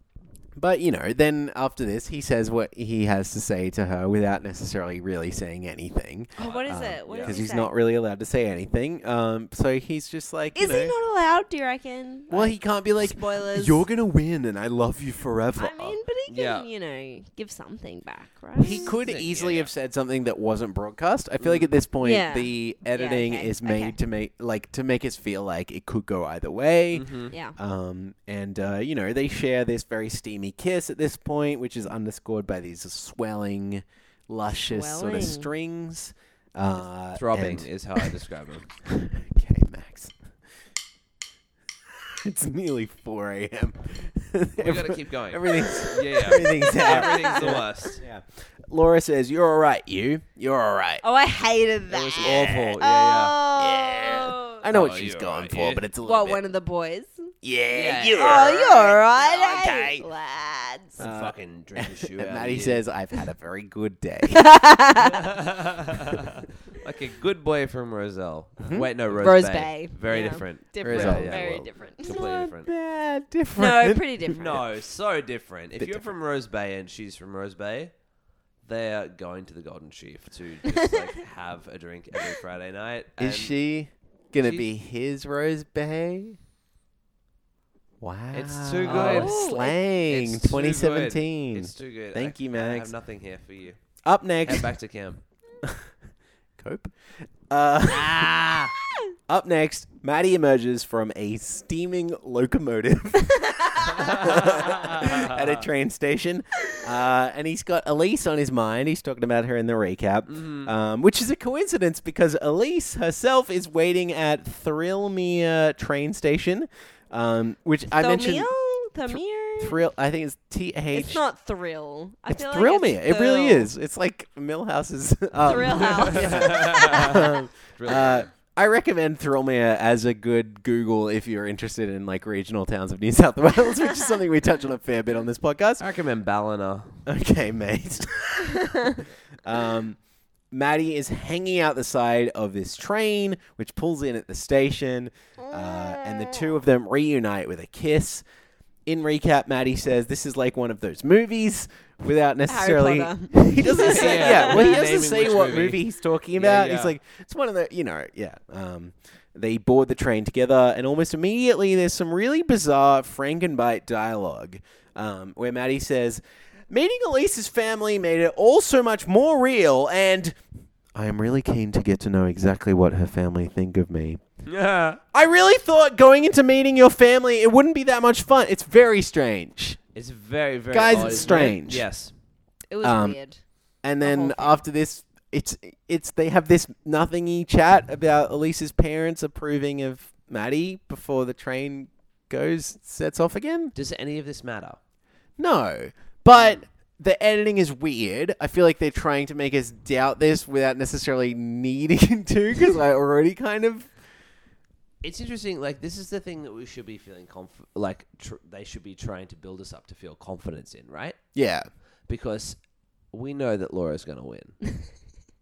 But you know, then after this, he says what he has to say to her without necessarily really saying anything, Um,
Oh, what is it? What does
because
he
uh, he's
say?
not really allowed to say anything. Um, so he's just like, you
Is he
know-
not allowed? Do you reckon?
well, he can't be like,
Spoilers.
You're gonna win, and I love you forever.
I mean, but he can,
Yeah.
you know, give something back, right?
He could
Yeah,
easily
yeah.
have said something that wasn't broadcast. I feel like at this point
Yeah.
the editing
okay,
is made
okay.
to make like to make us feel like it could go either way.
Mm-hmm.
Yeah.
Um, and uh, you know they share this very steamy kiss at this point, which is underscored by these swelling, luscious sort
Swelling.
of strings. Uh,
Throbbing
and- [LAUGHS]
is how I describe
[LAUGHS]
him.
okay, Max. [LAUGHS] It's nearly four a.m.
We
[LAUGHS]
gotta keep going.
Everything's
yeah, yeah.
everything's out.
[LAUGHS] Everything's the worst.
Yeah. Laura says, You're all right, you. You're all right.
Oh, I hated that.
It was awful. Yeah,
Oh.
I know
Oh,
what she's
you're
going
right,
for,
you.
but it's a little
What,
bit.
one of the boys?
yeah,
Yeah.
you're
Oh,
all right."
you're right,
Okay.
eh, lads.
yeah. Fucking
[LAUGHS]
drink the shoe
And
out
Maddie
of you.
says, I've had a very good day. [LAUGHS]
[LAUGHS]
[LAUGHS]
like a good boy from Roselle. Wait, no, Rose,
Mm-hmm. Rose
Bay.
Bay.
Very
Yeah.
different.
Different.
Result. Yeah,
Very
well,
different.
Completely different.
Bad, different.
No, pretty different.
No, so different. If
Bit
you're from Rose Bay and she's from Rose Bay, they are going to the Golden Sheaf to just like have a drink every Friday night. and-
Is she going to
she's-
be his Rose Bay? Wow.
It's too good.
Oh, it-
Slang.
It's too good.
2017.
It's too good.
Thank
I-
you,
I
Max.
have nothing here for you.
Up next.
Head back to camp.
Cope. Uh, [LAUGHS] Up next, Maddie emerges from a steaming locomotive [LAUGHS] at a train station, uh, and he's got Elise on his mind. He's talking about her in the recap, um, which is a coincidence because Elise herself is waiting at Thrillmere train station, um, which I mentioned.
Thamir?
Thrill, I think it's T H.
It's not thrill. I
It's
feel like
Thrill
it's
Me. It really
thrill.
is. It's like Millhouse's um,
[LAUGHS] Thrill House.
[LAUGHS]
Really
Uh, I recommend Thrillmere as a good Google if you're interested in like regional towns of New South Wales, which is something we touch on a fair bit on this
I
podcast.
recommend Ballina.
Okay, mate. um, Maddie is hanging out the side of this train, which pulls in at the station, uh, and the two of them reunite with a kiss. In recap, Maddie says this is like one of those movies without necessarily. [LAUGHS]
Potter.
he doesn't say.
Yeah.
Yeah, well, he
Naming
doesn't say
which
what
movie.
movie he's talking
Yeah,
about. He's
yeah.
like, it's one of the, you know, yeah. Um, they board the train together, and almost immediately there's some really bizarre Frankenbite dialogue um, where Maddie says, Meeting Elise's family made it all so much more real, and I am really keen to get to know exactly what her family think of me.
Yeah.
I really thought going into meeting your family, it wouldn't be that much fun. It's very strange.
It's very, very
Guys,
odd,
it's
isn't it?
strange.
Yes.
It was
Um,
weird.
And
whole
then
thing.
after this, it's it's they have this nothingy chat about Elise's parents approving of Maddie before the train goes sets off again.
Does any of this matter?
No, but the editing is weird. I feel like they're trying to make us doubt this without necessarily [LAUGHS] needing to, because I already kind of
It's interesting. Like this is the thing that we should be feeling conf- like tr- they should be trying to build us up to feel confidence in, right?
yeah.
Because we know that Laura's going to win.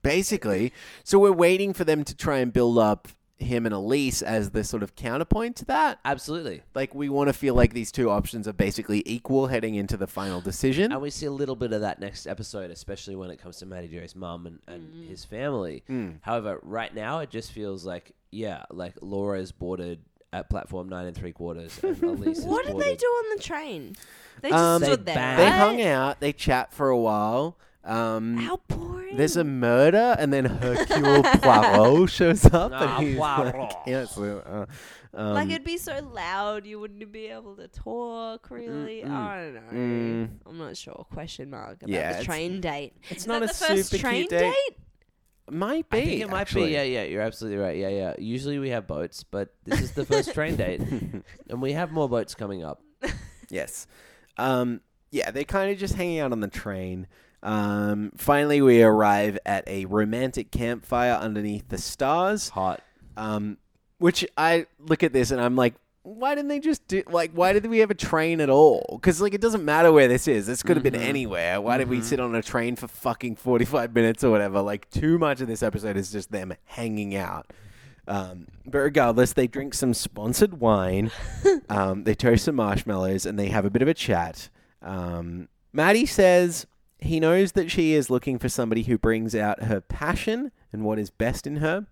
Basically, so we're waiting for them to try and build up him and Elise as the sort of counterpoint to that.
Absolutely.
Like we want to feel like these two options are basically equal heading into the final decision.
And we see a little bit of that next episode, especially when it comes to Matty Jerry's mum and, and
Mm.
his family. However, right now it just feels like, yeah, like Laura is boarded at platform nine and three quarters.
[LAUGHS]
And Elise is
What did they
boarded-
do on the train? They just
Um,
stood
They
there.
banged.
They
right?
hung out, they chat for a while. Um,
How boring.
There's a murder, and then
[LAUGHS]
Hercule Poirot shows up,
Ah,
and he's
Poirot.
like, yes, uh, um,
like it'd be so loud, you wouldn't be able to talk. Really, I don't know. I'm not sure. Question mark about
Yeah,
the
it's-
train date. It's
not
that
a
the first
super cute
train
date. might be.
I think it might
actually.
be. Yeah, yeah, you're absolutely right. Yeah, yeah. Usually we have boats, but this is the first
[LAUGHS]
train date, and we have more boats coming up.
[LAUGHS] Yes. Um, yeah, they're kind of just hanging out on the train. Um, finally, we arrive at a romantic campfire underneath the stars.
Hot.
Um, which I look at this and I'm like, why didn't they just do like? Why did we have a train at all? Because like it doesn't matter where this is. This could have been anywhere. Why did we sit on a train for fucking 45 minutes or whatever? Like too much of this episode is just them hanging out. Um, but regardless, they drink some sponsored wine. um, they toast some marshmallows and they have a bit of a chat. Um, Maddie says he knows that she is looking for somebody who brings out her passion and what is best in her.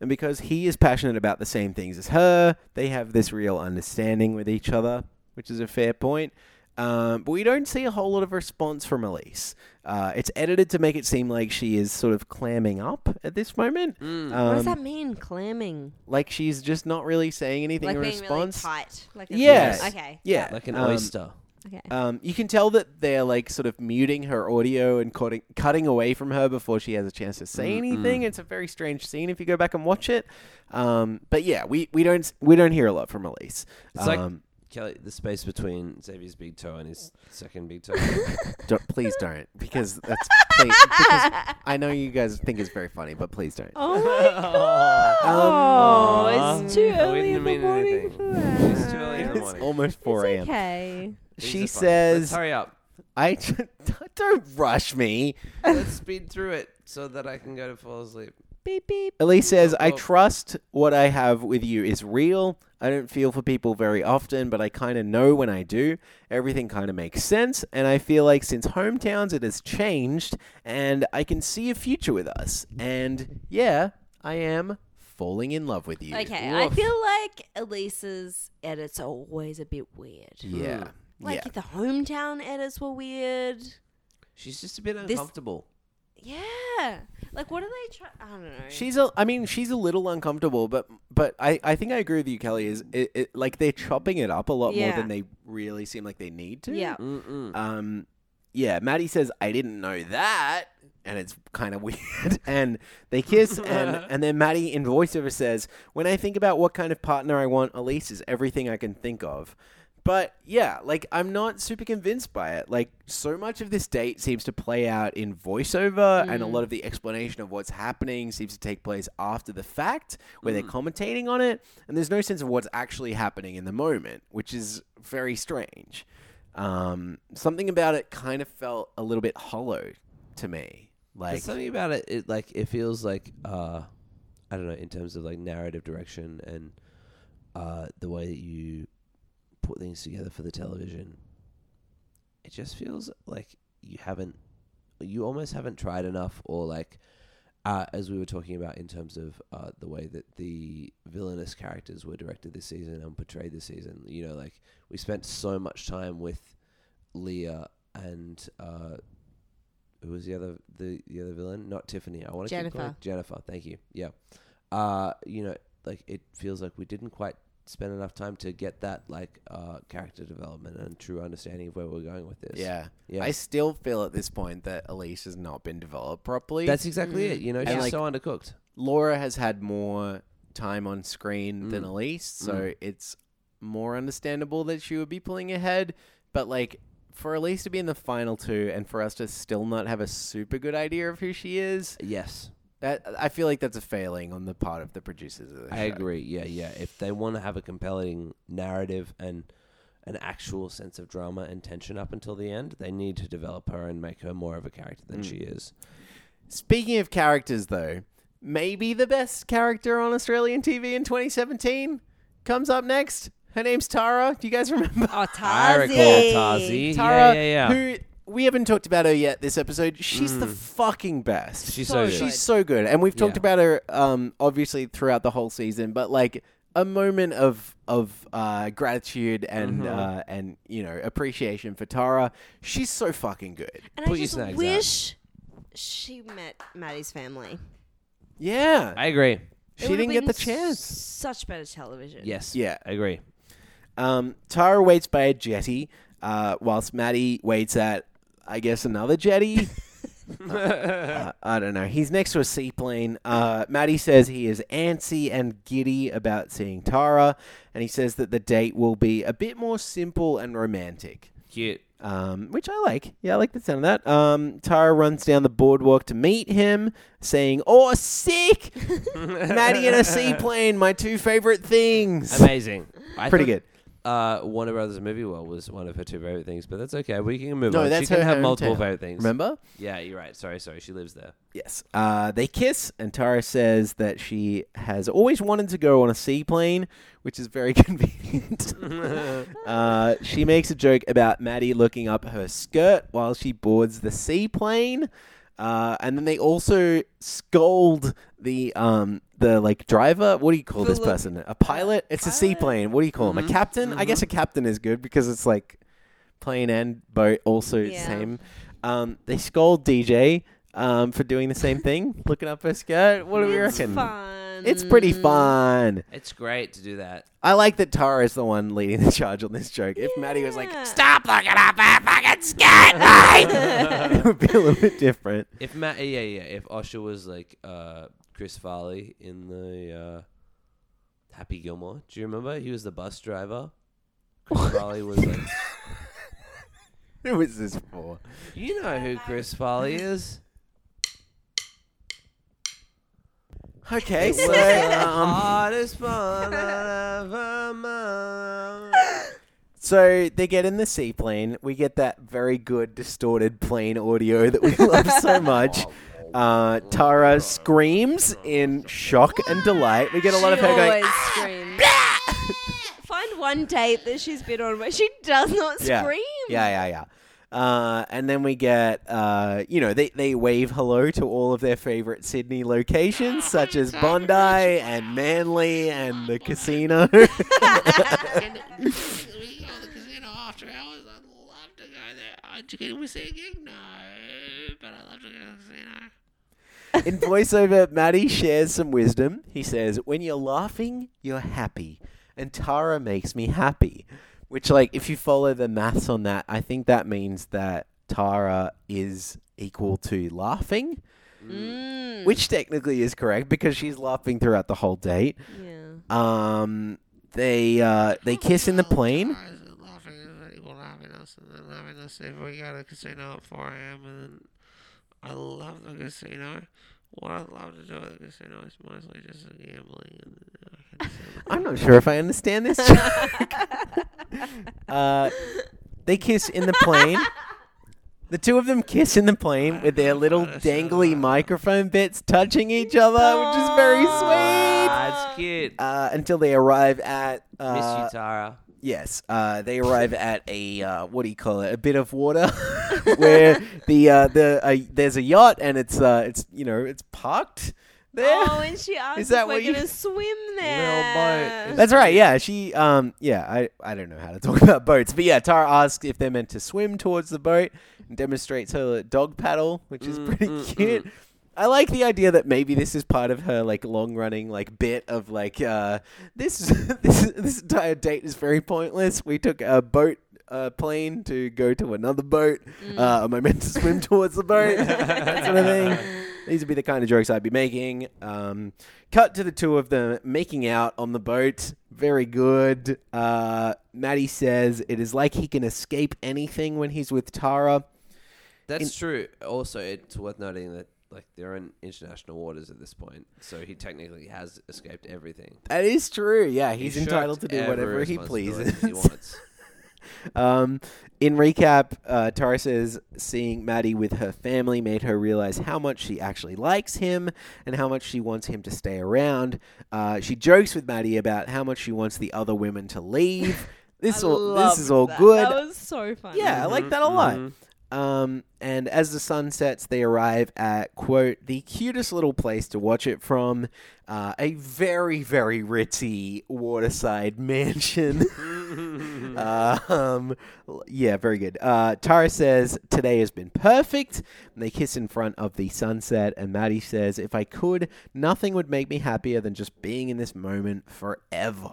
And because he is passionate about the same things as her, they have this real understanding with each other, which is a fair point. Um, but we don't see a whole lot of response from Elise. Uh, it's edited to make it seem like she is sort of clamming up at this moment.
what does
Um,
that mean? Clamming.
like she's just not really saying anything
Like
in
being
response.
really tight. Like that's-
Yes.
Okay.
Yeah,
like an
um,
oyster.
Okay.
Um, you can tell that they're like sort of muting her audio and cutting, cutting away from her before she has a chance to
Mm-hmm.
say anything. It's a very strange scene if you go back and watch it. Um, but yeah, we, we don't we don't hear a lot from Elise.
It's like
um,
Kelly, the space between Xavier's big toe and his second
[LAUGHS]
big toe. [LAUGHS]
don't, please don't because that's please, because I know you guys think it's very funny, but please don't.
[LAUGHS]
[LAUGHS]
oh my god.
Um, Aw.
Oh, it's too
I
early
wouldn't
in the
mean
morning
anything.
for that.
It's too early in the
It's
morning.
almost
It's
four a.m.
okay.
These
She
are fun. Let's
says,
"Hurry up!
"I [LAUGHS] don't rush me."
Let's speed through it so that I can go to fall asleep."
Beep beep.
Elise says, I
oh.
trust what I have with you is real. I don't feel for people very often, but I kind of know when I do. Everything kind of makes sense. And I feel like since hometowns, it has changed. And I can see a future with us. And yeah, I am falling in love with you.
Okay, I
Woof.
feel like Elisa's edits are always a bit weird.
[LAUGHS] Yeah.
Like
yeah.
the hometown edits were weird.
She's just a bit
This-
uncomfortable.
Yeah. Like what are they trying? I don't know.
She's a, I mean, she's a little uncomfortable, but but I, I think I agree with you, Kelly. Is it, it like they're chopping it up a lot more
Yeah.
than they really seem like they need to?
yeah.
Mm-mm.
Um, yeah, Maddie says I didn't know that, and it's kind of [LAUGHS] weird. and they kiss, and and then Maddie in voiceover says, "When I think about what kind of partner I want, Elise is everything I can think of." But yeah, like I'm not super convinced by it. Like so much of this date seems to play out in voiceover, and a lot of the explanation of what's happening seems to take place after the fact, where they're commentating on it, and there's no sense of what's actually happening in the moment, which is very strange. Um, something about it kind of felt a little bit hollow to me. Like,
There's something about it, it like it feels like uh I don't know, in terms of like narrative direction and uh the way that you put things together for the television. It just feels like you haven't you almost haven't tried enough or like uh, as we were talking about in terms of uh, the way that the villainous characters were directed this season and portrayed this season, you know, like we spent so much time with Leah and uh, who was the other the, the other villain? Not Tiffany. I want to
Jennifer.
Jennifer. Thank you. Yeah. Uh, you know, like it feels like we didn't quite spend enough time to get that like uh, character development and true understanding of where we're going with this.
yeah.
Yeah.
I still feel at this point that Elise has not been developed properly.
That's exactly it. You know,
And,
she's
like-
so undercooked.
Laura has had more time on screen than
Mm.
Elise, so it's more understandable that she would be pulling ahead. But like for Elise to be in the final two, and for us to still not have a super good idea of who she is,
Yes.
that I feel like that's a failing on the part of the producers of the
I
show.
agree. Yeah, yeah. If they want to have a compelling narrative and an actual sense of drama and tension up until the end, they need to develop her and make her more of a character than she is.
Speaking of characters, though, maybe the best character on Australian TV in 2017 comes up next. Her name's Tara. Do you guys
[LAUGHS]
remember?
Oh,
I recall Tazi.
Tara,
yeah, yeah, yeah.
who we haven't talked about her yet this episode. She's the fucking best.
She's so,
So
good.
good.
She's so good, and we've talked
Yeah.
about her um, obviously throughout the whole season. But like a moment of of uh, gratitude and
Mm-hmm.
uh, and you know appreciation for Tara. She's so fucking good.
And
Put your
I just
snags out.
wish she met Maddie's family.
Yeah,
I agree.
she
It would've
didn't get
been
the chance.
Such better television.
Yes.
Yeah.
I agree.
Um, Tara waits by a jetty, uh, whilst Maddie waits at, I guess, another jetty. Uh, I don't know. He's next to a seaplane. Uh, Maddie says he is antsy and giddy about seeing Tara, and he says that the date will be a bit more simple and romantic
Cute.
um, which I like. Yeah, I like the sound of that. Um, Tara runs down the boardwalk to meet him, saying, "Oh, sick! Maddie in a seaplane, my two favorite things."
Amazing.
[LAUGHS]
I
Pretty
thought-
good.
uh, Warner Brothers Movie World was one of her two favorite things, but that's okay. We can move
No,
on.
that's
she can
her
have multiple
hometown.
favorite things.
Remember?
Yeah, you're right. Sorry, sorry. She lives there.
Yes. Uh, they kiss, and Tara says that she has always wanted to go on a seaplane, which is very [LAUGHS]
[LAUGHS]
convenient. uh, she makes a joke about Maddie looking up her skirt while she boards the seaplane. Uh, and then they also scold the um the like driver. What do you call
The
this
look-
person? A pilot? It's a
Pilot? Mm-hmm.
seaplane. What do you call him? A captain? I guess a captain is good because it's like plane and boat also
Yeah.
same. Um, they scold DJ um, for doing the same thing, looking up her skirt. What do we
It's
reckon?
fun.
It's pretty fun.
It's great to do that.
I like that Tara is the one leading the charge on this joke. If Maddie was like,
Yeah.
"Stop looking up her fucking skirt," mate!" [LAUGHS] it would be a little bit different.
If Matt, yeah, yeah. If Usher was like uh, Chris Farley in the uh, Happy Gilmore, do you remember? He was the bus driver.
[LAUGHS]
Chris Farley was like,
Who is this
[LAUGHS]
for?
you know who Chris Farley is?
Okay,
It was
so
the
[LAUGHS]
um,
hardest part of my life.
So they get in the seaplane. We get that very good distorted plane audio that we love so much. Uh, Tara screams in shock and delight. We get a lot of her going. "Ah!"
screams. [LAUGHS] Find one date that she's been on where she does not
Yeah.
scream.
Yeah, yeah, yeah. Uh, and then we get, uh, you know, they, they wave hello to all of their favorite Sydney locations, such as Bondi and Manly and the casino. [LAUGHS]
we go to the casino after hours. I'd love to go there. Uh, Can we see a gig? No, but I'd love to go to the casino.
In voiceover, Maddie shares some wisdom. He says, When you're laughing, you're happy. And Tara makes me happy. Which, like, if you follow the maths on that, I think that means that Tara is equal to laughing, which technically is correct because she's laughing throughout the whole date.
Yeah.
Um, they uh, they kiss in the plane.
Guys, and laughing is equal to happiness, and then happiness if we go to the casino at 4 a.m. And then I love the casino. What I love to do at the casino is mostly just gambling. And, uh, I can see
I'm not sure if I understand this
[LAUGHS]
joke. uh, they kiss in the plane. The two of them kiss in the plane with their little dangly microphone bits touching each other, Uh, which is very sweet. [LAUGHS]
Ah, it's cute.
Uh, until they arrive at
Miss
uh,
you, Tara.
yes, uh, they
[LAUGHS]
arrive at a uh, what do you call it? A bit of water [LAUGHS] where the uh, the uh, there's a yacht and it's uh, it's you know it's parked there.
Oh, and
[LAUGHS]
she asked
that
if we're
what you-
going to swim there.
boat.
That's right. Yeah, she. Um. Yeah. I. I don't know how to [LAUGHS] talk about boats, but yeah, Tara asks if they're meant to swim towards the boat and demonstrates her dog paddle, which is pretty cute. I like the idea that maybe this is part of her like long running like bit of like uh this [LAUGHS] this this entire date is very pointless. We took a boat. uh plane to go to another boat. Uh, am I meant to swim towards the boat? that sort of thing. These would be the kind of jokes I'd be making. Um, cut to the two of them making out on the boat. Very good. Uh, Maddie says it is like he can escape anything when he's with Tara.
That's true. Also, it's worth noting that like they're in international waters at this point, so he technically has escaped everything.
That is true. Yeah, he's
shirked
entitled to do
every
whatever he
responsibility
pleases.
He wants.
Um, in recap, uh, Tara says seeing Maddie with her family made her realize how much she actually likes him and how much she wants him to stay around. Uh, she jokes with Maddie about how much she wants the other women to leave. This
[LAUGHS] I
all this
loved
is all
that.
good.
That was so funny.
yeah, I like that a lot. Um, and as the sun sets, they arrive at quote the cutest little place to watch it from, uh, a very very ritzy waterside [LAUGHS] mansion. um, l- yeah, very good. Uh, Tara says, Today has been perfect. And they kiss in front of the sunset. And Maddie says, If I could, nothing would make me happier than just being in this moment forever.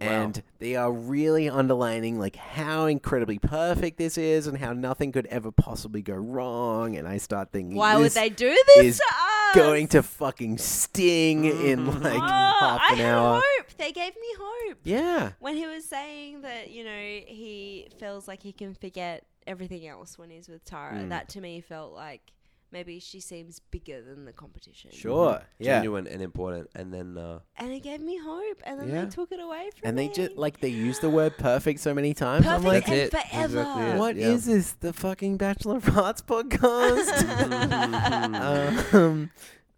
And they are really underlining like how incredibly perfect this is, and how nothing could ever possibly go wrong. And I start thinking,
Why would
this
they do this
is
to us?
Going to fucking sting in
Mm.
like
Oh,
half an
I had
hour.
hope. They gave me hope.
Yeah,
Mm-hmm.
When he was saying that, you know,
Hmm.
he feels like he can forget everything else when he's with Tara, that to me felt like maybe she seems bigger than the competition.
Sure. [LAUGHS] Yeah.
Genuine and important. And then uh,
And it gave me hope. And then
Yeah.
they took it away from
And
me.
they just like they use the word perfect so many times. I'm like,
Perfect and
it. That's
forever.
[LAUGHS]
exactly it.
what is
yeah.
this? The fucking Bachelor of Arts [LAUGHS]
[LAUGHS]
podcast? [LAUGHS] um,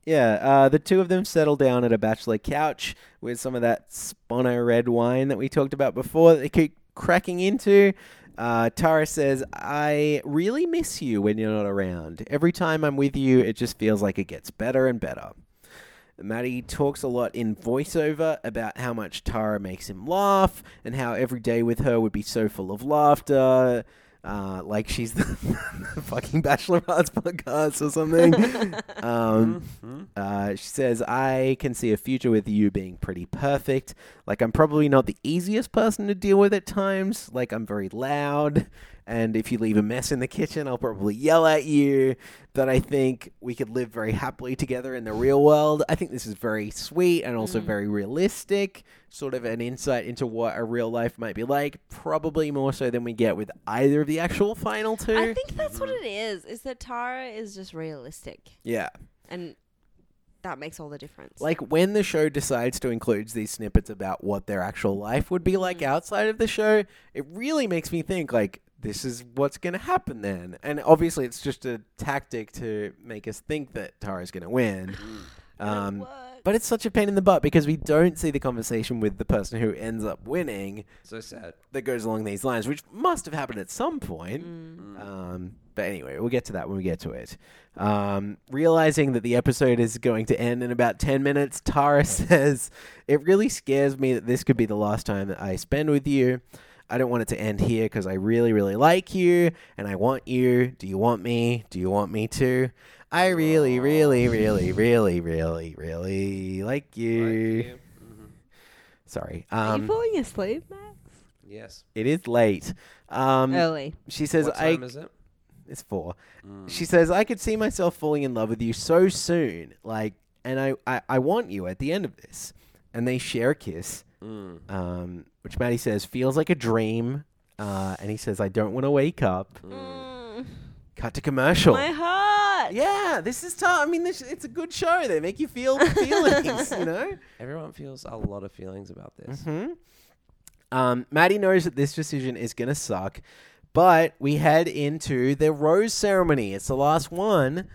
yeah. Uh, the two of them settle down at a bachelor couch with some of that Spono red wine that we talked about before that they keep cracking into. Uh, Tara says, I really miss you when you're not around. Every time I'm with you, it just feels like it gets better and better. Maddie talks a lot in voiceover about how much Tara makes him laugh and how every day with her would be so full of laughter. Uh, like she's [LAUGHS] the, the fucking Bachelor of Arts podcast or something. um,
Mm-hmm.
uh, she says, I can see a future with you being pretty perfect. Like, I'm probably not the easiest person to deal with at times. Like, I'm very loud. And if you leave a mess in the kitchen, I'll probably yell at you. But I think we could live very happily together in the real world. I think this is very sweet and also
Mm.
very realistic. Sort of an insight into what a real life might be like. Probably more so than we get with either of the actual final two.
[LAUGHS]
Mm-hmm.
I think that's what it is. Is that Tara is just realistic,
yeah.
and that makes all the difference.
Like when the show decides to include these snippets about what their actual life would be like outside of the show, it really makes me think like this is what's going to happen then. And obviously, it's just a tactic to make us think that Tara's going to win. Um, but it's such a pain in the butt because we don't see the conversation with the person who ends up winning
so sad.
that goes along these lines, which must have happened at some point.
Mm.
Um, but anyway, we'll get to that when we get to it. Um, realizing that the episode is going to end in about 10 minutes, Tara [LAUGHS] says, It really scares me that this could be the last time that I spend with you. I don't want it to end here because I really, really like you and I want you. Do you want me? Do you want me to? I really, really, really, really, really, really like you.
Mm-hmm.
Sorry.
Are you
Um,
falling asleep, Max?
Yes.
it is late. Um,
Early.
she says,
Oh. what
"I."
time is it?
It's four. She says, "I could see myself falling in love with you so soon, like, and I, I, I want you at the end of this." And they share a kiss,
Mm.
um, which Maddie says feels like a dream. Uh, and he says, "I don't want to wake up."
Mm.
Cut to commercial.
My heart.
yeah, this is tough. I mean, this, it's a good show. They make you feel feelings, you know.
Everyone feels a lot of feelings about this.
Mm-hmm.
Hmm? Um, Maddie knows that this decision is going to suck, but we head into the rose ceremony. It's the last one.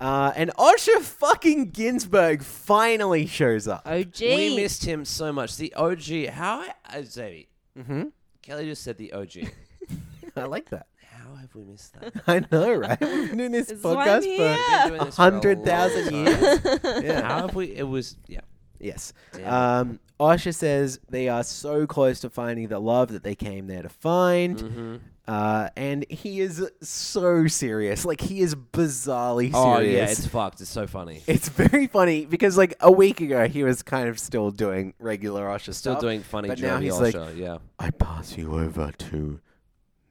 Uh, and Osher fucking Ginsburg finally shows up.
OG.
We missed him so much. The OG. How uh, Zadie.
Mhm.
Kelly just said the
[LAUGHS]
OG.
I like that.
How have we missed that?
[LAUGHS] I know, [LAUGHS] right? We've been doing this
This is why I'm
podcast
here.
for
Been doing
a
this for a
hundred thousand
long
years.
time.
Yeah. [LAUGHS]
How have we? It was yeah.
Yes.
Yeah.
Um, Osher says they are so close to finding the love that they came there to find.
Mm-hmm.
Uh, and he is so serious. Like, he is bizarrely serious.
Oh yeah, it's fucked. It's so funny.
It's very funny because like a week ago he was kind of still doing regular Osha
Still
stuff.
doing funny
but now
Jeremy
he's
Osher.
like,
yeah.
I pass you over to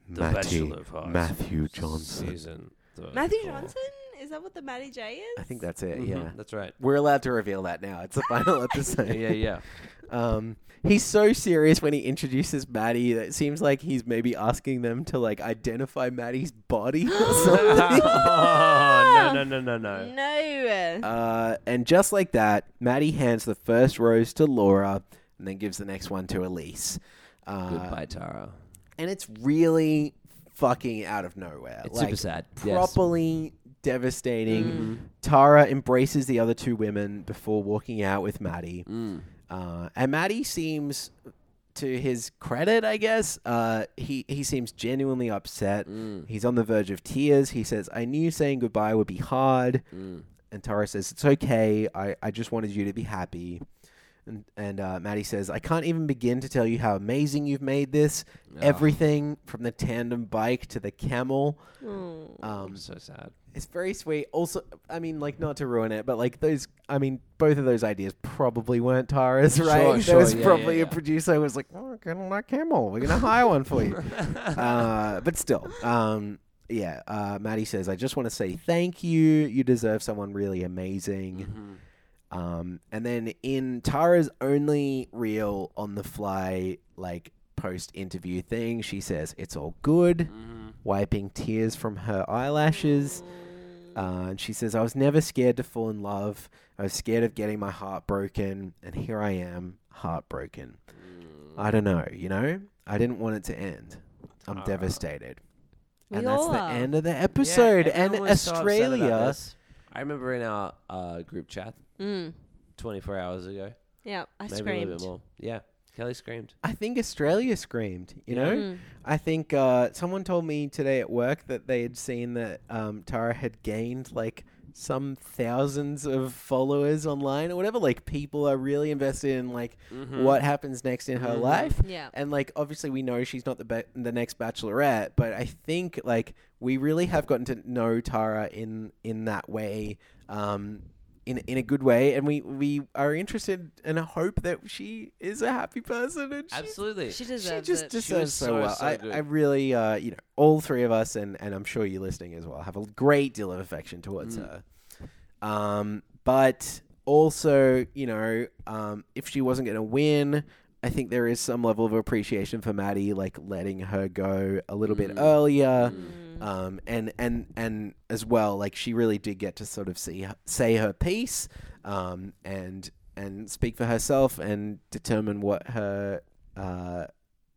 The Bachelor of Arts
Matthew
Season. three,
Matthew
four.
Johnson. Is that what the Matty J is?
I think that's it.
Mhm,
Yeah,
that's
[LAUGHS]
right.
we're allowed to reveal that now. It's the
[LAUGHS]
final episode.
Yeah, yeah,
[LAUGHS]
yeah.
Um, he's so serious when he introduces Maddie that it seems like he's maybe asking them to like identify Maddie's body
[LAUGHS]
or something.
Ah,
oh, no, no, no, no, no.
No.
Uh, and just like that, Maddie hands the first rose to Laura and then gives the next one to Elise. Uh,
Goodbye, Tara.
and it's really fucking out of nowhere.
It's super sad, yes.
Properly devastating. Tara embraces the other two women before walking out with Maddie,
Mm.
uh, and Maddie seems. To his credit, I guess, uh, he he seems genuinely upset. He's on the verge of tears. He says, "I knew saying goodbye would be hard," and Tara says, "It's okay. I, I just wanted you to be happy." And, and uh, Maddie says, I can't even begin to tell you how amazing you've made this. Everything from the tandem bike to the camel. Um,
I'm so sad.
It's very sweet. Also, I mean, like, not to ruin it, but like those, I mean, both of those ideas probably weren't Tara's, right? there
sure,
was
yeah,
probably
yeah,
a
yeah.
producer who was like, oh, we're going to my camel. We're going to hire one for
[LAUGHS]
you. uh, but still, um, yeah, uh, Maddie says, I just want to say thank you. You deserve someone really amazing.
Mm-hmm.
Um, and then in Tara's only real on the fly, like post interview thing,
Mm-hmm.
she says, It's all good, wiping tears from her eyelashes. Uh, and she says, I was never scared to fall in love. I was scared of getting my heart broken. And here I am, heartbroken. I don't know, you know? I didn't want it to end. I'm devastated.
We
and that's
all
the
are.
end of the
Ah. Yeah,
episode.
everyone
and
was so upset about
Australia.
this. I remember in our uh, group chat
Mm.
24 hours ago.
Yeah, I
maybe a
screamed.
little bit more. Yeah, Kelly screamed.
I think Australia screamed. You know,
Hmm,
I think uh, someone told me today at work that they had seen that um, Tara had gained like some thousands of followers online or whatever. Like people are really invested in like what happens next in her life.
Yeah.
Uh,
and like obviously we know she's not the be- the next Bachelorette, but I think like we really have gotten to know Tara in in that way. Um, in, in a good way, and we, we are interested and hope that she is a happy person and she's
Absolutely. [LAUGHS]
She
she
deserves
just
it. [LAUGHS]
deserves
She was
so,
so,
well.
so
I,
good.
I really, uh, you know, all three of us, and, and I'm sure you listening as well, have a great deal of affection towards her. Um, but also, you know, um, if she wasn't going to win, I think there is some level of appreciation for Maddie, like letting her go a little bit earlier.
Mm.
Um, and, and, and as well, like she really did get to sort of see, her- say her piece, um, and, and speak for herself and determine what her, uh,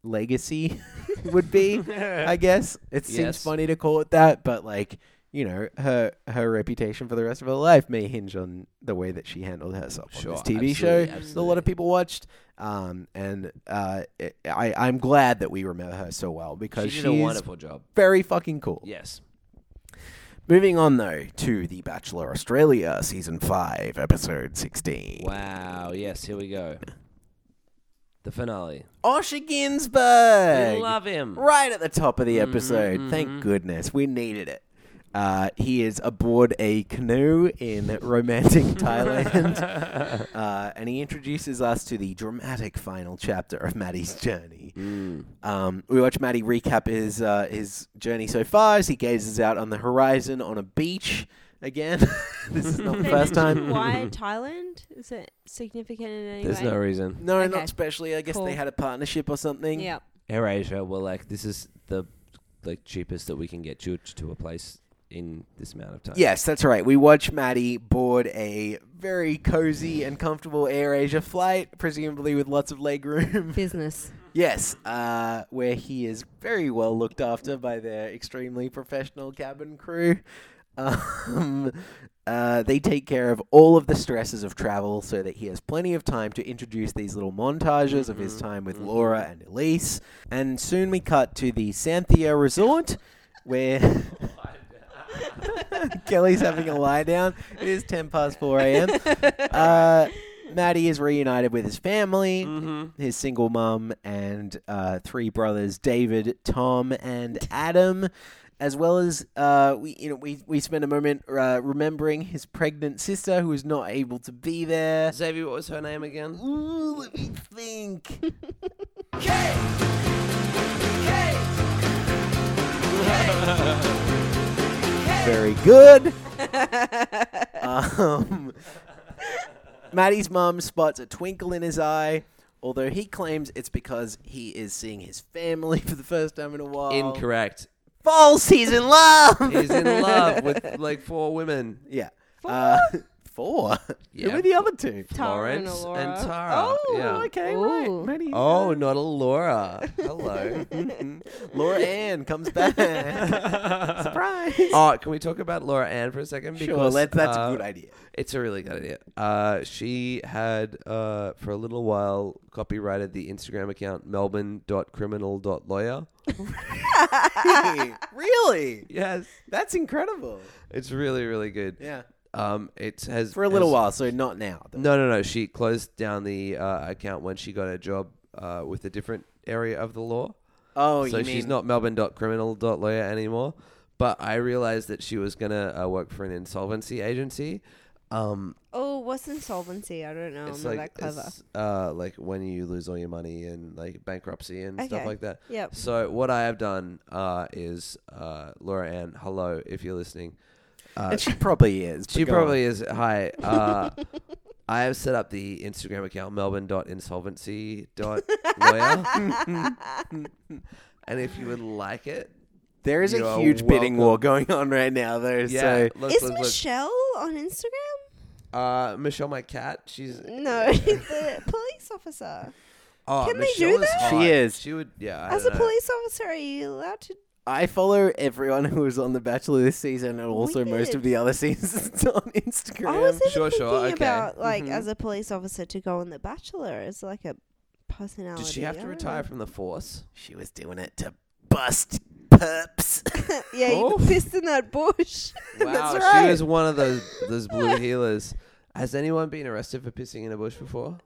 legacy [LAUGHS] would be. I guess
[LAUGHS]
it seems
Yes.
funny to call it that, but like you know, her her reputation for the rest of her life may hinge on the way that she handled herself
Sure,
on this TV
absolutely,
show that a lot
absolutely.
of people watched. Um, and uh, it, I I'm glad that we remember her so well because
She
she
did a
she's
wonderful job.
very fucking cool.
Yes.
Moving on though to The Bachelor Australia season five episode sixteen.
Wow. Yes. Here we go. The finale.
Osher Ginsburg.
We love him.
right at the top of the episode. Thank goodness. We needed it. Uh, he is aboard a canoe in romantic Thailand, uh, and he introduces us to the dramatic final chapter of Maddie's journey. Um, we watch Maddie recap his uh, his journey so far as he gazes out on the horizon on a beach again. [LAUGHS] this is
[LAUGHS]
not the first time.
[LAUGHS]
Why Thailand? Is it significant in any
There's
way?
no reason.
No,
Okay.
not especially. I guess
Cool.
they had a partnership or something.
[LAUGHS]
Yeah.
AirAsia were like, this is the like cheapest that we can get you to a place in this amount of time.
Yes, that's right. We watch Maddie board a very cozy and comfortable AirAsia flight, presumably with lots of legroom.
Business.
[LAUGHS] yes, uh, where he is very well looked after by their extremely professional cabin crew. Um, uh, they take care of all of the stresses of travel so that he has plenty of time to introduce these little montages of his time with Laura and Elise. And soon we cut to the Santhea Resort where. [LAUGHS] Kelly's having a lie down. It is 10 past 4 a.m. Uh, Maddie is reunited with his family, his single mum, and uh, three brothers David, Tom, and Adam. As well as uh, we, you know, we we spend a moment uh, remembering his pregnant sister who was not able to be there.
Xavier, what was her name again?
Ooh, let me
[LAUGHS]
think. Very [LAUGHS] good. um, Maddie's mum spots a twinkle in his eye, although he claims it's because he is seeing his family [LAUGHS] for the first time in a while.
Incorrect.
False. He's in love.
He's in
[LAUGHS]
love with like four women.
yeah. Four. Uh, four. Who
Yeah.
are the other two?
Tara and
Florence
Laura.
and Tara.
Oh,
yeah.
okay,
Ooh.
right. Maddie. uh,
Oh, not a Laura.
[LAUGHS]
Hello.
[LAUGHS] Laura Ann comes [LAUGHS] back. Surprise.
oh, can we talk about Laura Ann for a second?
Sure, let, that's
uh,
a good idea.
It's a really good idea. Uh, she had, uh, for a little while, copyrighted the Instagram account melbourne.criminal.lawyer.
[LAUGHS] really?
Yes.
That's incredible.
It's really, really good.
Yeah.
Um, it has.
For a little
has-
while, so not now. though.
No, no, no. She closed down the uh, account when she got a job uh, with a different area of the law.
Oh,
so
you
she's
mean-
not melbourne.criminal.lawyer anymore. But I realized that she was going to uh, work for an insolvency agency. Um,
Oh, what's insolvency? I don't know.
it's
I'm not
like
Oh, that clever.
[LAUGHS] it's, uh, like when you lose all your money and like bankruptcy and
Okay.
stuff like that.
Yep.
So what I have done uh, is uh, Laura Ann, hello, if you're listening.
And she probably is.
She probably is. Hi. Uh, [LAUGHS] I have set up the Instagram account
[LAUGHS]
mm, melbourne.insolvency.lawyer. and if you would like it,
There is
You
a
are
huge bidding
welcome.
war going on right now, though. So
look,
Is
look, look.
Michelle on Instagram?
Uh, Michelle, my cat. She's
No, [LAUGHS] the police officer.
Oh,
Can they
Michelle
do
is
that?
She
hot.
is.
She would. Yeah. I
As a
don't know.
police officer, are you allowed to?
I follow everyone who was on The Bachelor this season, and also most of
Weird.
the other [LAUGHS] seasons on Instagram.
I was even
Sure,
thinking
sure, okay.
about like as a police officer to go on The Bachelor as like a personality.
Did she have
I
to
don't
retire from the force?
she was doing it to bust perps.
know. [LAUGHS] yeah, you
Oof.
pissed in that bush. [LAUGHS]
Wow,
right.
she was one of those those blue healers. Has anyone been arrested for pissing in a bush before,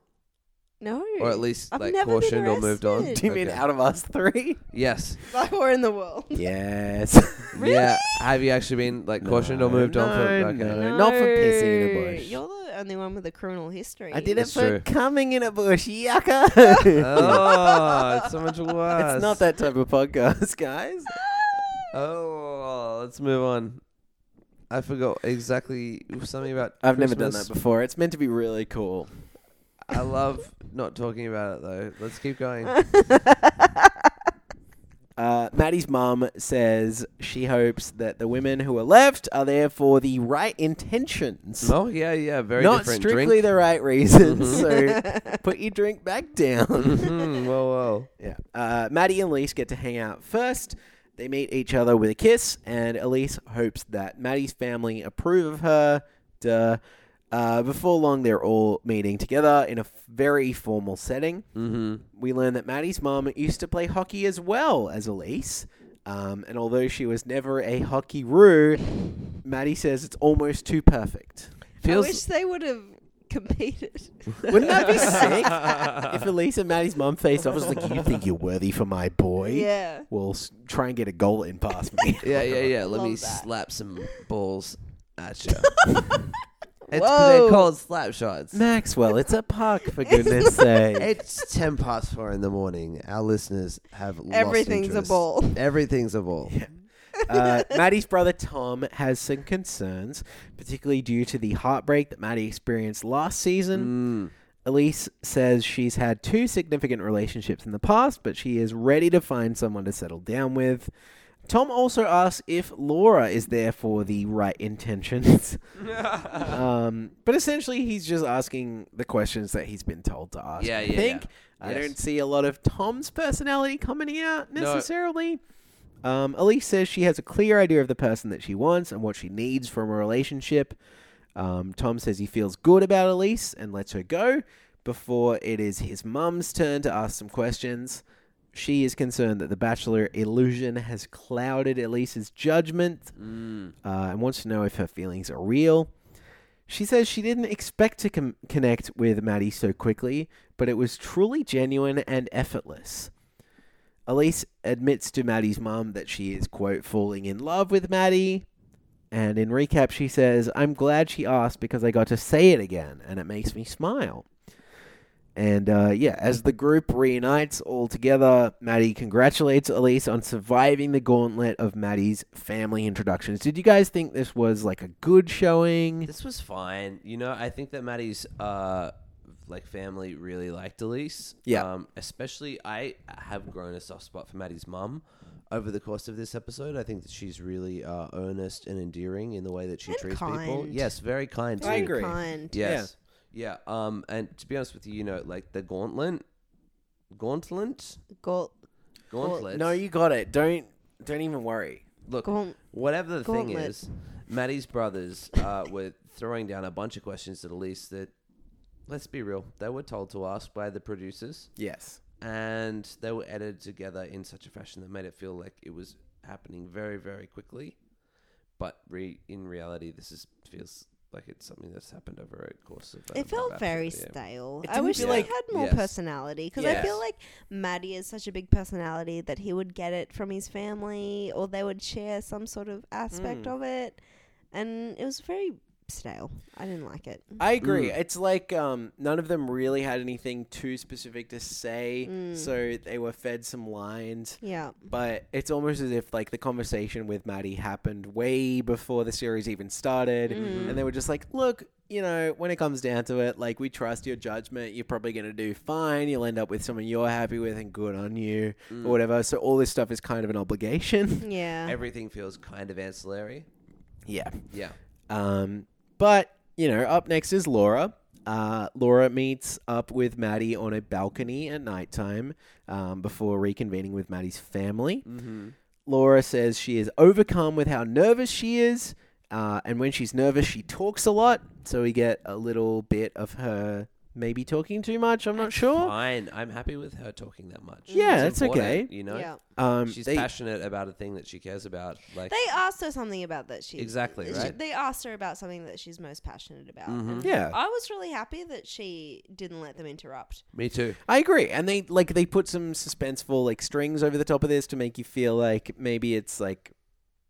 no,
or at least
I've
like
never been
cautioned or moved on?
arrested.
[LAUGHS] Do you mean
Okay.
out of us three?
Yes.
like or in
[LAUGHS]
the world.
Yes.
Yeah. Have you actually been like cautioned or moved on? For,
no,
okay.
no, not for pissing in a
No,
bush.
You're the only one with a criminal history.
I
[LAUGHS]
did it
It's
for
true.
coming in a bush, yucca. [LAUGHS]
Oh, it's so
[LAUGHS]
much worse.
it's not that type of podcast, guys.
Oh, let's move on. I forgot exactly something about.
I've never done
Christmas.
that before. It's meant to be really cool.
I love not talking about it though. Let's keep [LAUGHS] going.
Uh, Maddie's mum says she hopes that the women who are left are there for the right intentions.
oh yeah, yeah, very
Not
different.
strictly
Drink.
the right reasons. [LAUGHS] So put your drink back down.
Mhm, whoa, whoa.
Yeah. Uh, Maddie and Elise get to hang out first. They meet each other with a kiss, and Elise hopes that Maddie's family approve of her. Duh. Uh, before long, they're all meeting together in a f- very formal setting. Mm-hmm. We learn that Maddie's mom used to play hockey as well as Elise. Um, and although she was never a hockey roo, Maddie says it's almost too perfect.
I wish
Feels
they would have competed.
Wouldn't that
[LAUGHS]
be sick? if Elise and Maddie's mum faced off, it's like, you think you're worthy for my boy?
yeah.
will s- try and get a goal in past
[LAUGHS]
me. [LAUGHS]
yeah, yeah, yeah. Let me
Love that.
slap some balls at [LAUGHS] you. it's
Whoa.
they're called slap shots.
Maxwell, it's a puck for goodness sake.
It's ten past four in the morning. Our listeners have lost
Everything's a
interest.
ball.
Everything's a ball.
[LAUGHS] Uh, Maddie's brother Tom has some concerns, particularly due to the heartbreak that Maddie experienced last
Mm.
season. Elise says she's had two significant relationships in the past, but she is ready to find someone to settle down with. Tom also asks if Laura is there for the right
[LAUGHS]
intentions. um, but essentially, he's just asking the questions that he's been told to ask.
Yeah,
I
yeah,
think.
yeah.
I
Yes.
don't see a lot of Tom's personality coming out necessarily. Um, Elise says she has a clear idea of the person that she wants and what she needs from a relationship. Um, Tom says he feels good about Elise and lets her go before it is his mum's turn to ask some questions. She is concerned that the bachelor illusion has clouded Elise's judgment uh, and wants to know if her feelings are real. She says she didn't expect to com- connect with Maddie so quickly, but it was truly genuine and effortless. Elise admits to Maddie's mum that she is, quote, falling in love with Maddie. And in recap, she says, I'm glad she asked because I got to say it again, and it makes me smile. And uh, yeah, as the group reunites all together, Maddie congratulates Elise on surviving the gauntlet of Maddie's family introductions. Did you guys think this was like a good showing?
This was fine. You know, I think that Maddie's uh like family really liked Elise.
Yeah.
Um, especially I have grown a soft spot for Maddie's mum over the course of this episode. I think that she's really uh, earnest and endearing in the way that she
And
treats people.
kind.
Yes, very kind too.
I agree.
Kind.
Yes. Yeah. Um and to be honest with you, you know, like the gauntlet gauntlet
Gaunt-
gauntlet
No, you got it. Don't don't even worry.
look
gaunt-
whatever the thing
Gauntlet.
is, Maddie's brothers uh, were throwing down a bunch of questions at Elise that, let's be real, they were told to ask by the producers,
Yes.
and they were edited together in such a fashion that made it feel like it was happening very, very quickly. But re- in reality, this is feels like it's something that's happened over a course of. uh,
It felt
about-
very
yeah.
stale.
It
I
didn't
wish
feel
they
like-
had more
Yes.
personality because I
Yes.
feel like Maddie is such a big personality that he would get it from his
Mm.
family or they would share some sort of aspect of it. And it was very stale. I didn't like it.
I agree. It's like um, none of them really had anything too specific to say, so they were fed some lines.
Yeah.
But it's almost as if like the conversation with Maddie happened way before the series even started, and they were just like, "Look, you know, when it comes down to it, like we trust your judgment. You're probably gonna do fine. You'll end up with someone you're happy with, and good on you, or whatever." So all this stuff is kind of an obligation. [LAUGHS]
Yeah.
Everything feels kind of ancillary.
yeah.
Yeah.
Um, but you know, up next is Laura. Uh, Laura meets up with Maddie on a balcony at nighttime um, before reconvening with Maddie's family.
Mm-hmm.
Laura says she is overcome with how nervous she is, uh, and when she's nervous, she talks a lot. So we get a little bit of her maybe talking too much. I'm not sure.
Fine. I'm happy with her talking that much.
Oh. Yeah,
It's
that's okay.
important, You know,
Mm. Yeah.
Um,
she's
they-
passionate about a thing that she cares about. Like,
They asked her something about that she
Exactly,
she-
right. Mm-hmm.
They asked her about something that she's most passionate about. And
Yeah.
I was really happy that she didn't let them interrupt.
me too.
I agree, and they like they put some suspenseful like strings over the top of this to make you feel like maybe it's like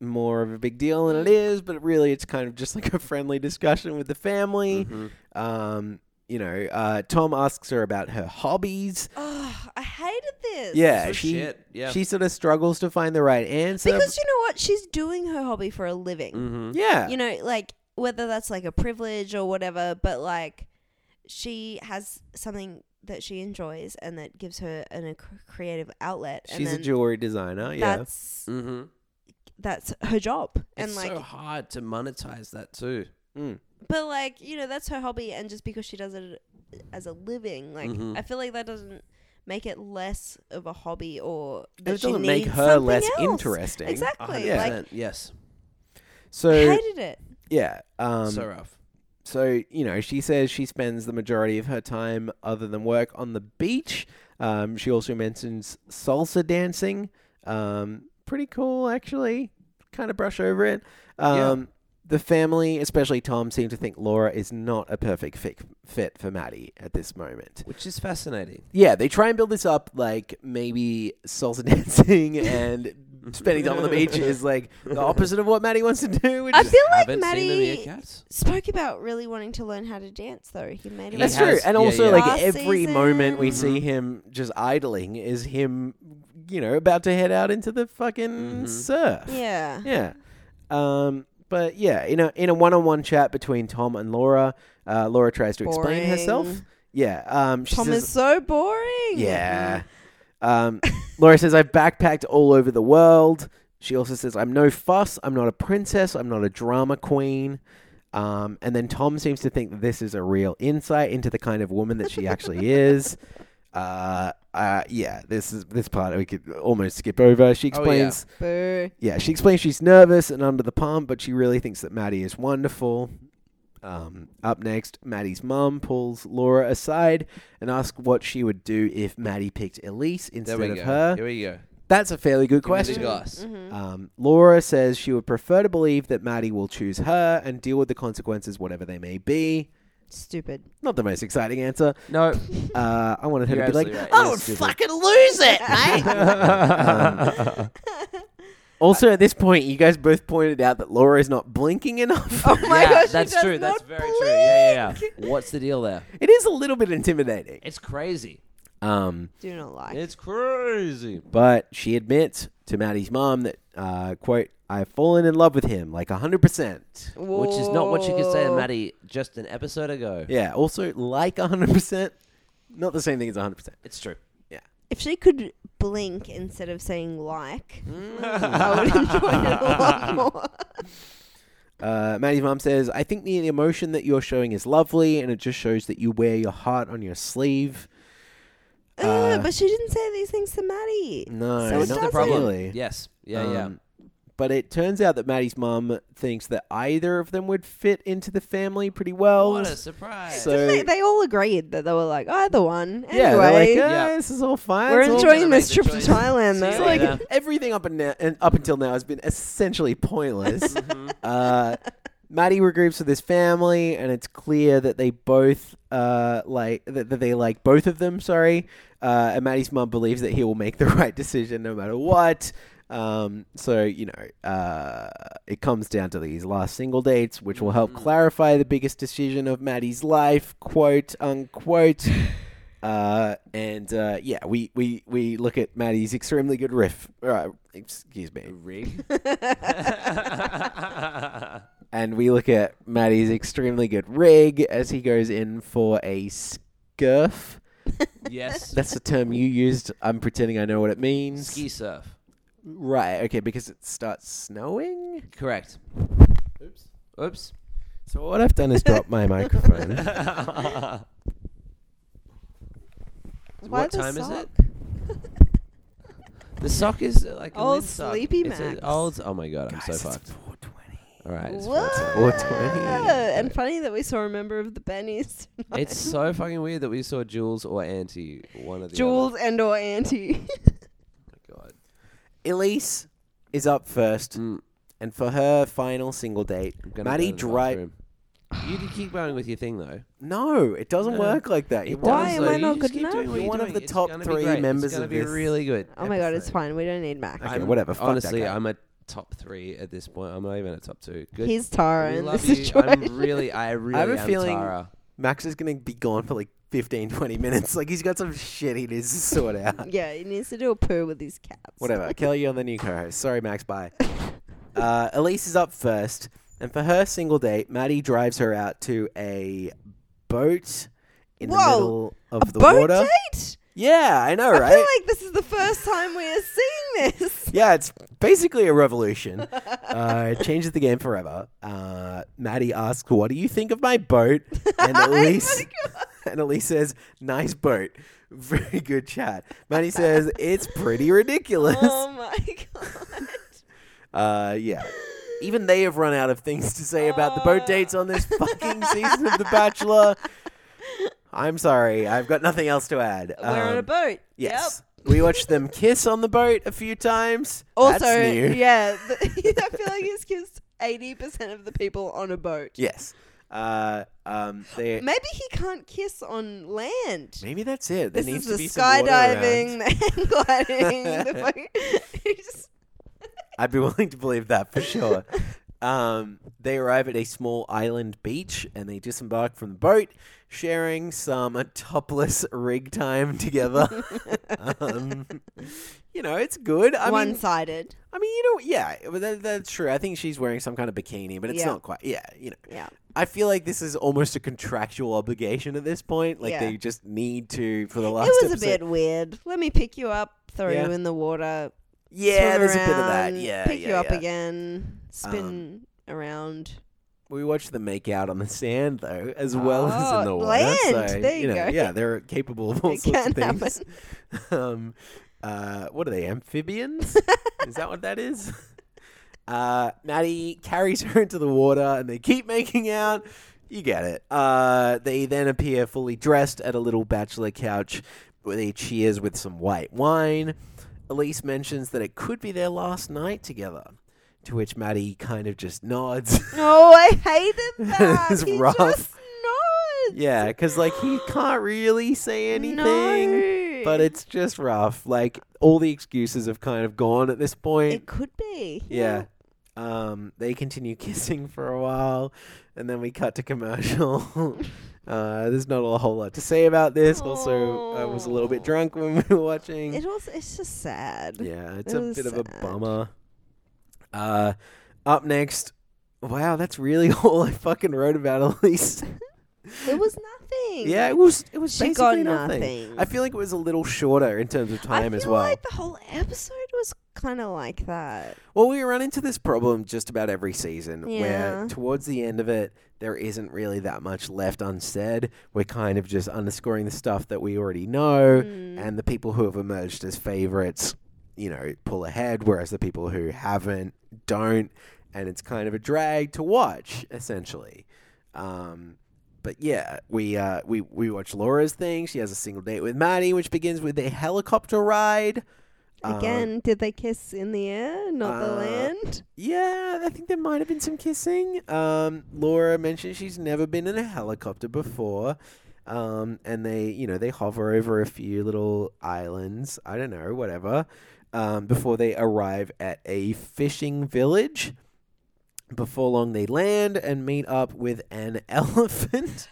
more of a big deal than it is, but really it's kind of just like a friendly discussion with the family.
Mm-hmm.
Um, you know, uh, Tom asks her about her hobbies.
Oh, I hated this.
yeah,
so
she
shit, yeah.
she sort of struggles to find the right answer.
Because you know what? She's doing her hobby for a living.
Mm-hmm.
yeah,
You know, like whether that's like a privilege or whatever, but like she has something that she enjoys and that gives her an, a cr- creative outlet. and
she's a
then
jewelry designer. Yeah,
That's
Mm-hmm.
that's her job. and
it's
like
so hard to monetize that too.
Mm.
but like you know that's her hobby and just because she does it as a living like
Mm-hmm.
i feel like that doesn't make it less of a hobby or that
it
she
doesn't make
needs
her
something
less
else.
interesting.
exactly
Yeah.
like
Percent, yes.
so
hated it
yeah, um,
so rough.
so you know she says she spends the majority of her time other than work on the beach um, she also mentions salsa dancing um, pretty cool actually kind of brush over it um, the family especially tom seem to think laura is not a perfect fit, fit for maddie at this moment
Which is [LAUGHS] fascinating.
yeah they try and build this up like maybe salsa [LAUGHS] dancing and spending time on the
[LAUGHS]
beach is like the opposite of what maddie wants to do which
i
is
feel like
Haven't seen the
maddie
meerkats.
spoke about really wanting to learn how to dance though he made it
That's
He
true.
has-
And
yeah, Mm-hmm.
also,
yeah.
like,
Last
every moment we
season.
see him just idling is him, you know, about to head out into the fucking
Mm-hmm.
surf.
yeah
Yeah. Um, but yeah, in a in a one on one chat between Tom and Laura, uh, Laura tries to explain
Boring.
herself. Yeah. Um, she
tom
says,
is so boring
yeah. Um, Laura says, I've backpacked all over the world. She also says, I'm no fuss. I'm not a princess. I'm not a drama queen. Um, and then Tom seems to think that this is a real insight into the kind of woman that she actually
[LAUGHS]
is. Uh, uh, yeah, this is this part we could almost skip over. She
Oh, yeah.
explains,
[LAUGHS] Boo.
yeah, she explains she's nervous and under the pump, but she really thinks that Maddie is wonderful. Um, up next, Maddie's mum pulls Laura aside and asks what she would do if Maddie picked Elise
There
instead
we
of
go.
her.
Here we go.
That's a fairly good
Give
question.
me the Mm-hmm. goss.
Um, Laura says she would prefer to believe that Maddie will choose her and deal with the consequences, whatever they may be.
stupid [LAUGHS]
Not the most exciting answer.
No,
Uh, I wanted her
You're
to be like,
absolutely right.
"I
It
would
is stupid."
fucking lose it,
[LAUGHS]
mate."
Oh
Um, also, at this point, you guys both pointed out that Laura is not blinking enough.
oh my
yeah,
gosh she
that's
does
true. That's
not
very true. Yeah, yeah,
blink.
[LAUGHS] yeah. What's the deal there?
it is a little bit intimidating.
It's crazy.
Um,
do not like
It's crazy.
but she admits to Maddie's mom that, uh, "quote I've fallen in love with him like hundred percent."
Which is not what you could say to
Whoa.
Maddie just an episode ago.
Yeah. Also, like 100%, not the same thing as 100%.
It's true.
If she could blink instead of
[LAUGHS]
saying like,
Mm.
I would enjoy it a lot more. [LAUGHS]
Uh, Maddie's mom says, I think the emotion that you're showing is lovely, and it just shows that you wear your heart on your sleeve.
Ugh, but she didn't say these things to Maddie.
No,
So it
not
doesn't-
the problem. Really?
Yes. Yeah,
Um, But it turns out that Maddie's mom thinks that either of them would fit into the family pretty
Oh,
yeah.
well.
What a surprise.
so,
They, they all agreed that they were like either one. Anyway,
yeah, they're like, "Ah,
Yeah.
this is all fine.
we're
it's all
enjoying
make
this
the
trip to
choice. See
Thailand
you
though.
It's
Yeah.
like
Yeah.
everything up and, now, and up until now has been essentially pointless. uh, Maddie regroups with his family, and it's clear that they both uh, like that, that they like [LAUGHS] both of them. Sorry, uh, and Maddie's mum believes that he will make the right decision no matter what. Um, so, you know, uh, it comes down to these last single dates, which will help clarify the biggest decision of Maddie's life, quote unquote. Uh, and uh, yeah, we, we, we look at Maddie's extremely good riff. Uh, excuse me.
[LAUGHS]
Rig.
And we look at Maddie's extremely good rig as he goes in for a scurf.
yes.
That's the term you used. I'm pretending I know what it means.
Ski surf.
Right, okay, because it starts snowing?
Correct. Oops. Oops.
So what I've done is drop my [LAUGHS] microphone.
Why
what
the
time is
sock?
The sock is uh, like
Old
a lid sock.
Sleepy
It's a
Max.
Old. Oh my god, I'm so fucked. All right. It's,
What?
420.
And funny that we saw a member of the Bennies. tonight.
it's so fucking weird that we saw Jules or Auntie. One of the
Jules and or Auntie.
Other. God.
Elise is up first,
Mm.
and for her final single date,
I'm gonna
Maddie
go to the
drives.
bathroom. You can keep going with your thing though.
No, it doesn't
No.
work like that. You
It
want-
Why
does,
am
though.
I
You
not
just
good
keep
enough?
doing what
You're one of
doing.
the
It's
top
gonna be
three
great. It's
members
gonna
of
be
this.
really good.
oh my god, it's
episode.
fine. We don't need Mac.
Okay, whatever, fuck that
honestly,
guy.
I'm a top three at this point. I'm not even a top two. Good.
He's Tara
[LAUGHS]
we
in
love
this
you. I'm
situation.
really, I really
a
am
feeling-
Tara.
Max is going to be gone for like 15, 20 minutes. [LAUGHS] Like, he's got some shit he needs to sort out.
[LAUGHS] yeah, he needs to do a poo with his cats.
Whatever. Kelly, you're the new co host. Sorry, Max. Bye. Uh, Elise is up first, and for her single date, Maddie drives her out to a boat in the
Whoa,
middle of
a
the
boat
water.
date?
Yeah, I know,
I
right?
feel like this is the first time we are seeing
[LAUGHS]
this.
yeah, it's basically a revolution. Uh, it changes the game forever. Uh, Maddie asks, "What do you think of my boat?"
[LAUGHS]
And Elise, [LAUGHS] and Elise says, "Nice boat, [LAUGHS] very good chat." Maddie says, "It's pretty ridiculous."
Oh my [LAUGHS] god.
Uh, yeah. Even they have run out of things to say about the boat dates on
Uh.
this fucking season of The
[LAUGHS]
Bachelor. I'm sorry, I've got nothing else to add.
We're on a
Um,
boat.
Yes.
Yep.
We watched them kiss on the boat a few times.
Also,
That's new.
[LAUGHS] yeah, the, I feel like it's kissed eighty percent of the people on a boat.
Yes. Uh, um, they, maybe,
Maybe he can't kiss on land.
that's it. There
this
needs
is
to
the
be some water
skydiving,
around.
the [LAUGHS]
[LAUGHS]
hang gliding, the fucking. [LAUGHS] he just-
I'd be willing to believe that for
[LAUGHS]
sure. um, they arrive at a small island beach and they disembark from the boat, sharing some [LAUGHS] topless rig time
[LAUGHS]
together. um, you know, it's good. I mean,
One-sided.
I mean, you know, yeah, well, that, that's true. I think she's wearing some kind of bikini, but it's
Yeah.
not quite. Yeah, you know.
Yeah.
I feel like this is almost a contractual obligation at this point. Like
Yeah.
they just need to for the last.
it was
episode.
a bit weird. Let me pick you up, throw
Yeah.
you in the water.
Yeah,
swim
there's a bit of that.
around,
Yeah,
pick
yeah,
you up
yeah. Um,
again, spin around.
We watched them make out on the sand though, as well as in
Oh,
the water.
land.
So,
There you
know,
go.
Yeah, they're capable of all
It
sorts of
can
things. [LAUGHS] um, uh, what are they?
[LAUGHS]
Amphibians? is that what that is? Uh, Maddie carries her into the water, and they keep making out. You get it. Uh, they then appear fully dressed at a little bachelor couch, where they cheers with some white wine. Elise mentions that it could be their last night together, to which Maddie kind of just nods. [LAUGHS]
Oh, I hated that.
It's
he
rough.
just nods.
Yeah, because like he can't really
[LAUGHS]
say anything,
No.
but it's just rough. Like all the excuses have kind of gone at this point.
It could be.
yeah. Um, they continue [LAUGHS] kissing for a while, and then we cut to
[LAUGHS]
commercial. uh, there's not a whole lot to say about this. Also, I was a little bit drunk when we were watching.
It also it's just sad.
yeah, it's
it
a
was
bit of a
sad.
bummer. Uh, up next. Wow, that's really [LAUGHS] all I fucking wrote about Elise.
It was nothing.
Yeah, it was. It was
She got
basically nothing.
nothing.
I feel like it was a little shorter in terms of
I
time
feel
as well.
like the whole episode was kind of like that.
Well, we run into this problem just about every season, where
Yeah.
towards the end of it, there isn't really that much left unsaid. We're kind of just underscoring the stuff that we already know, and the people who have emerged as favorites, you know, pull ahead, whereas the people who haven't don't, and it's kind of a drag to watch, essentially. Um, but yeah, we uh, we we watch Laura's thing. She has a single date with Maddie, which begins with a helicopter ride. Um,
Again, did they kiss in the air, not the
uh,
land?
yeah, I think there might have been some kissing. Um, Laura mentioned she's never been in a helicopter before. Um, and they, you know, they hover over a few little islands. I don't know, whatever. um, before they arrive at a fishing village. Before long, they land and meet up with an [LAUGHS] elephant.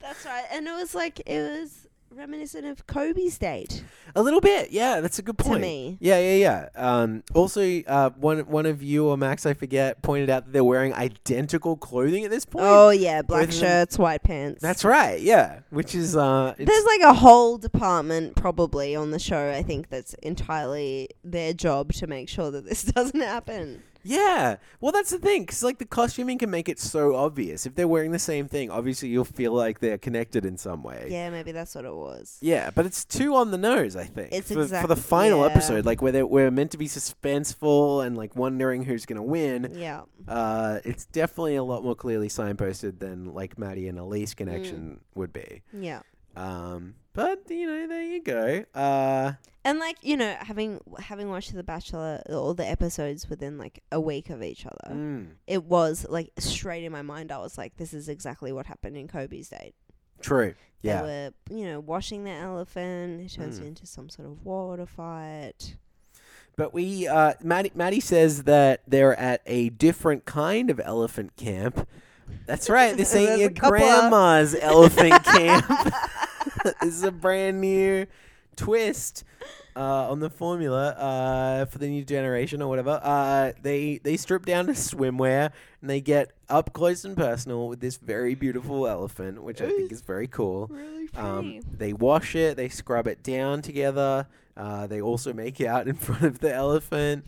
That's right. And it was like it was reminiscent of Kobe's date.
A little bit, yeah. That's a good point.
me.
yeah, yeah, yeah. Um, also, uh, one one of you or Max, I forget, pointed out that they're wearing identical clothing at this point.
Oh yeah, black
Both of them-
shirts, white pants.
that's right. Yeah, which is uh, it's,
There's like a whole department probably on the show, I think, that's entirely their job to make sure that this [LAUGHS] doesn't happen.
yeah. Well, that's the thing, because like the costuming can make it so obvious. If they're wearing the same thing, obviously you'll feel like they're connected in some way.
Yeah, maybe that's what it was.
Yeah, but it's too on the nose, I think.
It's
for, for
exact-
the final
yeah.
episode, like where they, we're meant to be suspenseful and like wondering who's gonna win.
Yeah.
Uh, it's definitely a lot more clearly signposted than like Maddie and Elise connection
Mm.
would be.
Yeah.
Um, but you know, there you go. Uh,
And like, you know, having having watched The Bachelor all the episodes within like a week of each other,
Mm.
it was like straight in my mind I was like, This is exactly what happened in Kobe's date.
true. Yeah. Hmm.
They were, you know, washing the elephant, it turns into some sort of water fight.
But we, uh, Maddie, Maddie says that they're at a different kind of elephant camp. That's right. This ain't
[LAUGHS] There's
your
a couple of-
grandma's
[LAUGHS]
elephant camp. [LAUGHS] this is a brand new twist uh, on the formula uh, for the new generation or whatever. Uh, they they strip down to swimwear and they get up close and personal with this very beautiful elephant, which I think is very cool.
Really
Um, they wash it, they scrub it down together. Uh, they also make out in [LAUGHS] front of the elephant.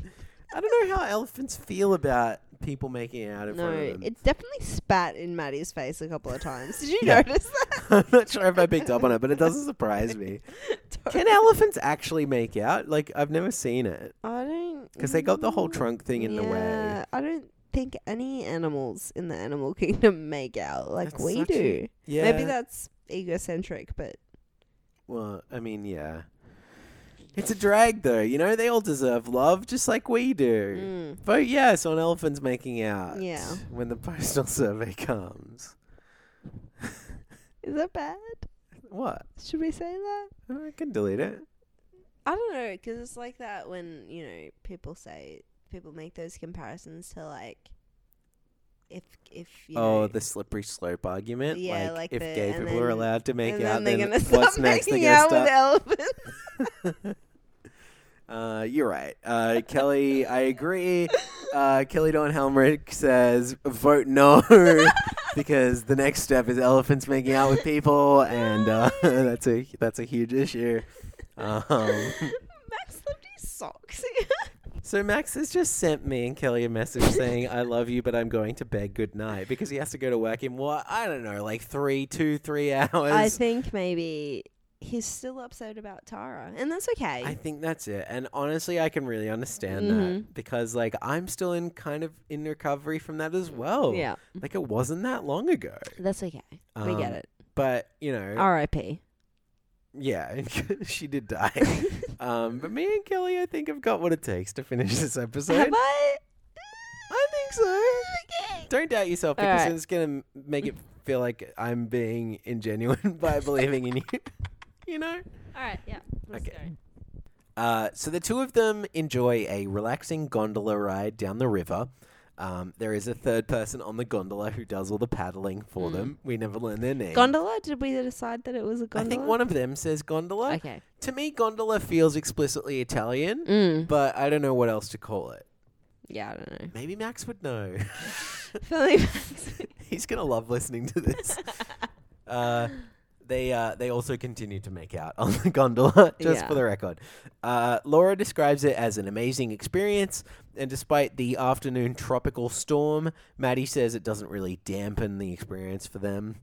I don't know how elephants feel about people making out in
No,
front of them.
it definitely spat in Maddie's face a couple of times. Did you
[LAUGHS] Yeah.
notice that?
[LAUGHS] I'm not sure if I picked up on it, but it doesn't surprise me. Can elephants actually make out? Like I've never seen it
I don't.
because they got the whole trunk thing in the way.
Yeah, I don't think any animals in the animal [LAUGHS] kingdom make out like
That's
we
such a-
do.
Yeah.
Maybe that's egocentric, but
Well, I mean, yeah. It's a drag, though. You know, they all deserve love just like we do. Vote yes on elephants making out.
Mm. Yeah.
When the postal [LAUGHS] survey comes.
is that bad?
What?
Should we say that?
I can delete it.
I don't know, 'cause it's like that when you know people say people make those comparisons to like if if you
Oh,
know,
the slippery slope argument.
Yeah,
like,
like
if
the-
gay
and
people are
then-
allowed to make
and
out, then,
then they're gonna [LAUGHS] stop
what's next? They're
making
gonna
out
stop.
with elephants.
[LAUGHS] Uh, you're right. Uh, Kelly, I agree. Uh, Kelly Dawn Helmrich says, vote no, [LAUGHS] because the next step is elephants making out with people, and uh, [LAUGHS] that's a that's a huge issue. Um,
[LAUGHS] Max left his socks. [LAUGHS]
so Max has just sent me and Kelly a message saying, I love you, but I'm going to bed. Good night, because he has to go to work in what I don't know, like three, two, three [LAUGHS] hours.
I think maybe he's still upset about Tara, and that's okay.
I think that's it. And honestly, I can really understand
Mm-hmm.
that because like I'm still in kind of in recovery from that as well.
Yeah.
Like it wasn't that long ago.
that's okay. we
Um, er,
get it.
But, you know,
R.I.P.
yeah, [LAUGHS] she did
[LAUGHS]
die. um, but me and Kelly, I think I've got what it takes to finish this episode.
[LAUGHS] Have I?
I think so. Don't doubt yourself because
right.
it's going to make it feel like I'm being ingenuine [LAUGHS] by believing in you. [LAUGHS] you know?
All right. Yeah.
Okay. Uh, so the two of them enjoy a relaxing gondola ride down the river. Um, there is a third person on the gondola who does all the paddling for them. We never learn their name.
Gondola? Did we decide that it was a gondola?
I think one of them says gondola.
Okay. Mm.
To me, gondola feels explicitly Italian, but I don't know what else to call it.
Yeah, I don't know.
Maybe Max would know. [LAUGHS]
Philly Max.
He's gonna love listening to this. uh, they uh, they also continue to make out on the gondola, [LAUGHS] just
Yeah.
for the record. Uh, Laura describes it as an amazing experience, and despite the afternoon tropical storm, Maddie says it doesn't really dampen the experience for them.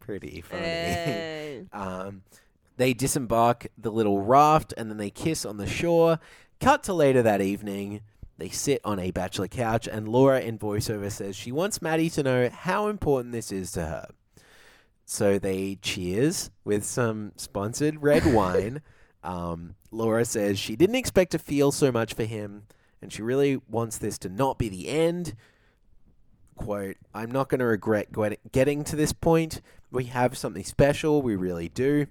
Pretty funny.
Eh.
[LAUGHS] Um, they disembark the little raft and then they kiss on the shore. Cut to later that evening. They sit on a bachelor couch, and Laura in voiceover says she wants Maddie to know how important this is to her. So they cheers with some sponsored red
[LAUGHS]
wine. Um, Laura says she didn't expect to feel so much for him, and she really wants this to not be the end quote, I'm not going to regret gwet- getting to this point. We have something special. We really do.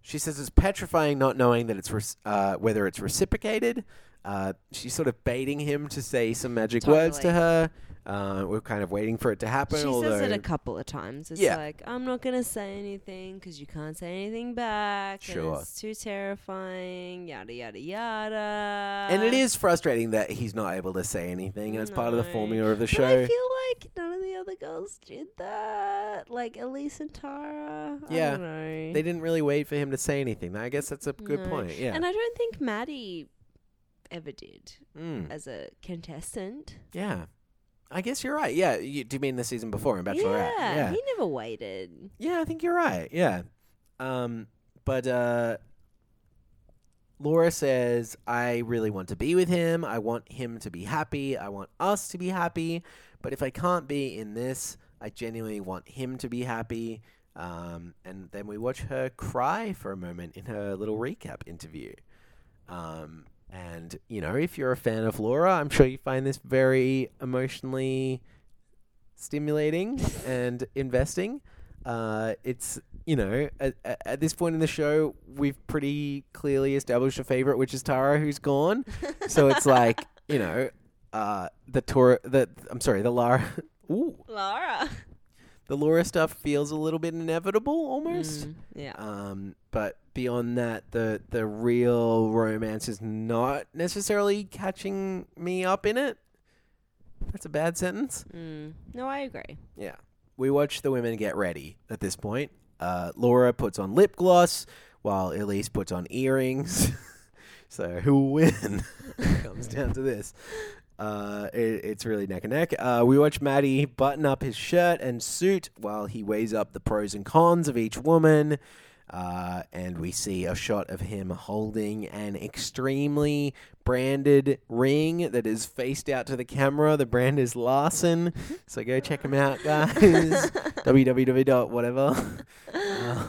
She says it's petrifying not knowing that it's re- uh, whether it's reciprocated. uh, she's sort of baiting him to say some magic words to
Totally.
her. Uh, we're kind of waiting for it to happen.
she
although
says it a couple of times. It's
Yeah.
like, I'm not going to say anything because you can't say anything back.
Sure.
And it's too terrifying. Yada, yada, yada.
and it is frustrating that he's not able to say anything, and it's part of the
No.
formula of the
But I
show.
feel like none of the other girls did that. Like Elise and Tara.
Yeah.
I don't know.
They didn't really wait for him to say anything. I guess that's a good
No.
point. Yeah.
And I don't think Maddie ever did
Mm.
as a contestant.
Yeah. I guess you're right. Yeah. You, do you mean the season before in Bachelorette?
yeah, He never waited.
Yeah, I think you're right. Yeah. Um, but uh, Laura says, I really want to be with him. I want him to be happy. I want us to be happy. But if I can't be in this, I genuinely want him to be happy. Um, and then we watch her cry for a moment in her little recap interview. Um, and, you know, if you're a fan of Laura, I'm sure you find this very emotionally stimulating and investing. Uh, it's you know at, at- at this point in the show we've pretty clearly established a favorite, which is Tara, who's gone. So it's like you know uh, the tour the I'm sorry the Lara [LAUGHS] ooh,
Laura.
the Laura stuff feels a little bit inevitable
Mm.
almost. [LAUGHS]
Yeah.
Um, but beyond that, the the real romance is not necessarily catching me up in it. That's a bad sentence.
Mm. No, I agree.
Yeah. We watch the women get ready at this point. Uh, Laura puts on lip gloss while Elise puts on earrings. [LAUGHS] so who will win? [LAUGHS] Comes down to this. Uh, it, it's really neck and neck. Uh, we watch Maddie button up his shirt and suit while he weighs up the pros and cons of each woman. Uh, and we see a shot of him holding an extremely branded ring that is faced out to the camera. The brand is Larson. So go check him out, guys. www.whatever.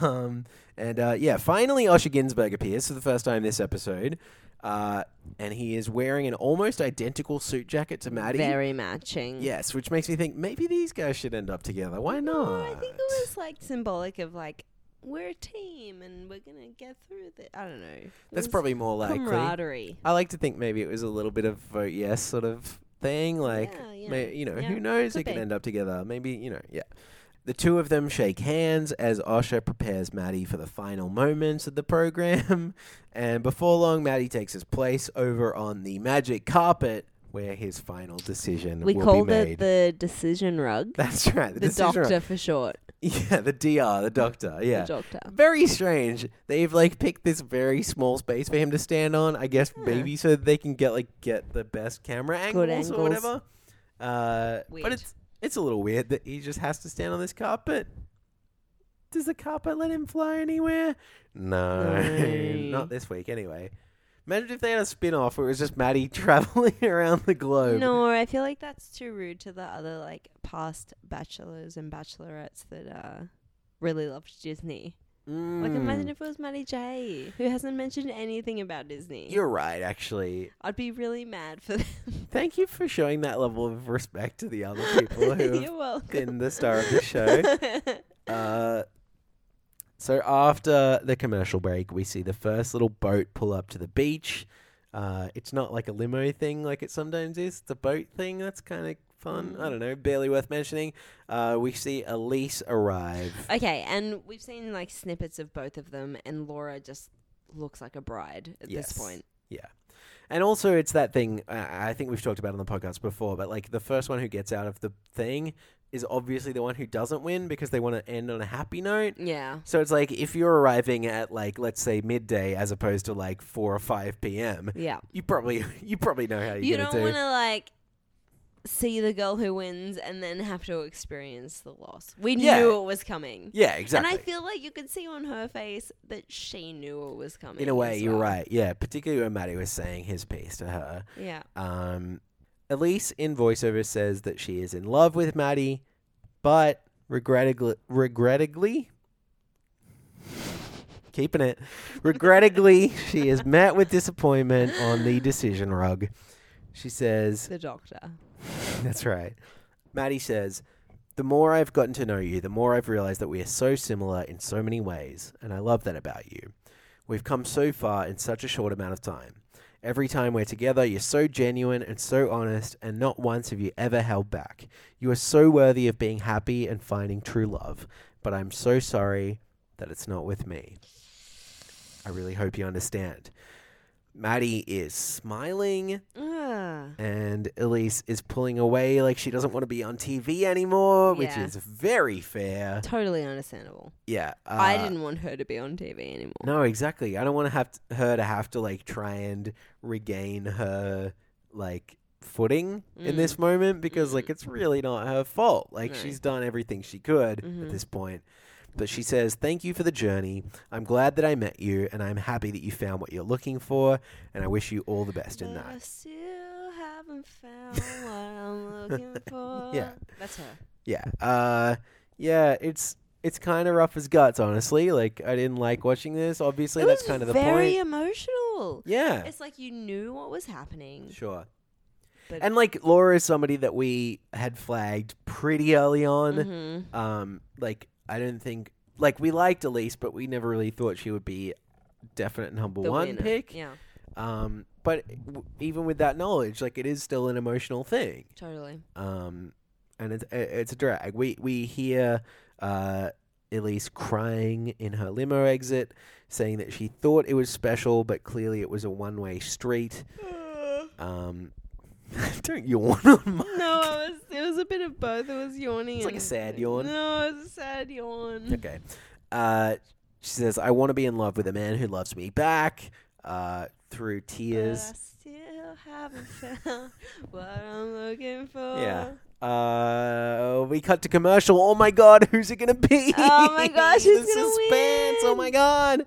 [LAUGHS] um, and uh, yeah, finally, Osher Ginsburg appears for the first time this episode. Uh, and he is wearing an almost identical suit jacket to Maddie.
Very matching.
Yes, which makes me think maybe these guys should end up together. Why not?
No, I think it was like symbolic of like we're a team and we're gonna get through this. I don't know. It
[LAUGHS] That's
was
probably more likely.
camaraderie.
I like to think maybe it was a little bit of vote yes sort of thing. Like,
Yeah, yeah.
may, you know,
Yeah,
who knows? They
could
could
be.
end up together. Maybe, you know, yeah. The two of them shake hands as Osha prepares Maddie for the final moments of the program. [LAUGHS] And before long, Maddie takes his place over on the magic carpet where his final decision
We
will
called
be made.
it the decision rug.
[LAUGHS] That's right. The,
the
decision-
doctor for short.
[LAUGHS] Yeah, the DR, the doctor. Yeah.
The doctor.
Very strange. They've like picked this very small space for him to stand on. I guess maybe so that they can get like get the best camera angles,
Good
or
angles.
whatever. Uh,
Weird.
but it's it's a little weird that he just has to stand on this carpet. Does the carpet let him fly anywhere? No, [LAUGHS]
No.
not this week. Anyway, imagine if they had a spin off where it was just Maddie [LAUGHS] traveling around the globe.
No, I feel like that's too rude to the other like past bachelors and bachelorettes that uh really loved Disney. Like
Mm.
imagine if it was Maddie J who hasn't mentioned anything about Disney.
You're right, actually.
I'd be really mad for [LAUGHS] them.
Thank you for showing that level of respect to the other people who have
[LAUGHS] You're welcome.
been the star of the show. Uh, so after the commercial break, we see the first little boat pull up to the beach. Uh, it's not like a limo thing like it sometimes is. It's a boat thing. That's kind of fun. I don't know. Barely worth mentioning. Uh, we see Elise arrive.
[LAUGHS] Okay, and we've seen like snippets of both of them, and Laura just looks like a bride at
Yes.
this point.
Yeah. And also, it's that thing uh, I think we've talked about on the podcast before, but like the first one who gets out of the thing is obviously the one who doesn't win because they want to end on a happy note.
Yeah.
So it's like if you're arriving at like let's say midday as opposed to like four or five p.m.
Yeah.
You probably [LAUGHS] you probably know how you're
you
gonna
don't
do.
want to like see the girl who wins and then have to experience the loss. We
Yeah.
knew it was coming.
Yeah, exactly.
And I feel like you could see on her face that she knew it was coming.
in a way,
as
you're
well.
right. Yeah, particularly when Maddie was saying his piece to her.
Yeah.
Um, Elise in voiceover says that she is in love with Maddie, but regrettably, regrettably, keeping it, regrettably, she is met with disappointment on the decision rug. She says,
The doctor.
That's right. Maddie says, The more I've gotten to know you, the more I've realized that we are so similar in so many ways, and I love that about you. We've come so far in such a short amount of time. Every time we're together, you're so genuine and so honest, and not once have you ever held back. You are so worthy of being happy and finding true love. But I'm so sorry that it's not with me. I really hope you understand. Maddie is smiling, Ah.
Ugh.
and Elise is pulling away like she doesn't want to be on TV anymore, which
Yeah.
is very fair.
Totally understandable.
Yeah. Uh,
I didn't want her to be on TV anymore.
No, exactly. I don't want to have t- her to have to like try and regain her like footing in
Mm.
this moment because like it's really not her fault. Like she's done everything she could at this
Mm-hmm.
point. But she says, "Thank you for the journey. I'm glad that I met you and I'm happy that you found what you're looking for and I wish you all the best in
But I
that."
still haven't found what I'm looking for.
[LAUGHS] Yeah.
That's her.
Yeah. Uh yeah, it's it's kind of rough as guts, honestly. Like I didn't like watching this. Obviously,
it
that's
was
kind of the
very
point.
emotional.
yeah.
It's like you knew what was happening.
Sure.
But-
and like Laura is somebody that we had flagged pretty early on.
Mhm.
Um, like I don't think like we liked Elise, but we never really thought she would be definite number
The
one
winner.
pick.
Yeah,
Um, but w- even with that knowledge, like it is still an emotional thing. [LAUGHS]
totally.
Um, and it's it- it's a drag. We we hear uh Elise crying in her limo exit, saying that she thought it was special, but clearly it was a one way street. Um, [LAUGHS] don't yawn on my.
No, it was, it was a bit of both. It was yawning.
It's like a
and-
sad yawn.
No, it was a sad yawn.
Okay. Uh, she says, "I want to be in love with a man who loves me back." Uh, through tears.
But I still haven't [LAUGHS] found what I'm looking for.
Yeah. Uh, we cut to commercial. Oh my god, [LAUGHS] who's it gonna be?
Oh my gosh,
the
who's gonna
suspense. Oh
win?
my god.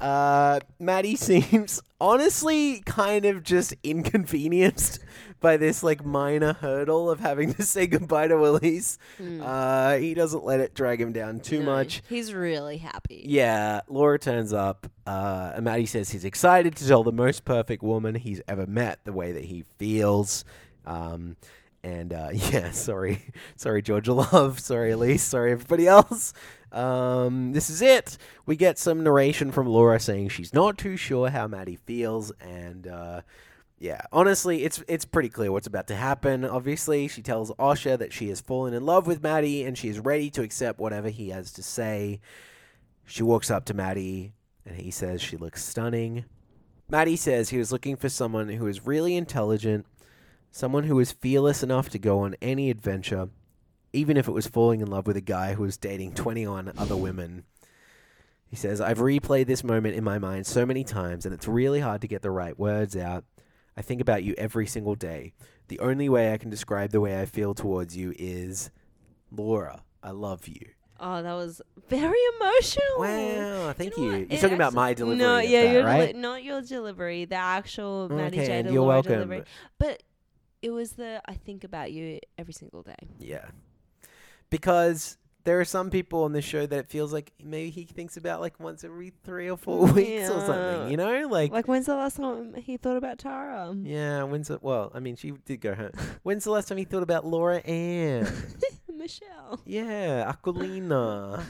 Uh, Maddie [LAUGHS] seems honestly kind of just inconvenienced [LAUGHS] by this like minor hurdle of having to [LAUGHS] say goodbye to Elise. Uh, he doesn't let it drag him down too
Hmm. No,
much.
He's really happy.
Yeah, Laura turns up. Uh, and Maddie says he's excited to tell the most perfect woman he's ever met the way that he feels. Um, and uh, [LAUGHS] yeah, sorry, sorry, Georgia Love, sorry, Elise, sorry, everybody else. Um, this is it. We get some narration from Laura saying she's not too sure how Maddie feels, and uh, yeah, honestly, it's it's pretty clear what's about to happen. Obviously, she tells Osha that she has fallen in love with Maddie and she is ready to accept whatever he has to say. She walks up to Maddie and he says she looks stunning. Maddie says he was looking for someone who is really intelligent, someone who is fearless enough to go on any adventure, even if it was falling in love with a guy who was dating 21 other women. He says, I've replayed this moment in my mind so many times, and it's really hard to get the right words out. I think about you every single day. The only way I can describe the way I feel towards you is Laura, I love you.
Oh, that was very emotional.
Wow, thank you.
what?
You're
It
talking about
actu-
my delivery.
No,
of
yeah,
that,
your deli-
right?
not your delivery, the actual Maddie
Okay,
J.
and you're
Delora
welcome.
delivery. But it was the I think about you every single day.
Yeah. Because there are some people on this show that it feels like maybe he thinks about like once every three or four [LAUGHS] weeks or
Yeah.
something, you know? Like,
Like when's the last time he thought about Tara?
yeah, when's the, well, I mean, she did go home. when's the last time he thought about Laura
[LAUGHS]
Ann?
[LAUGHS] Michelle.
yeah,
[LAUGHS]
Aquilina.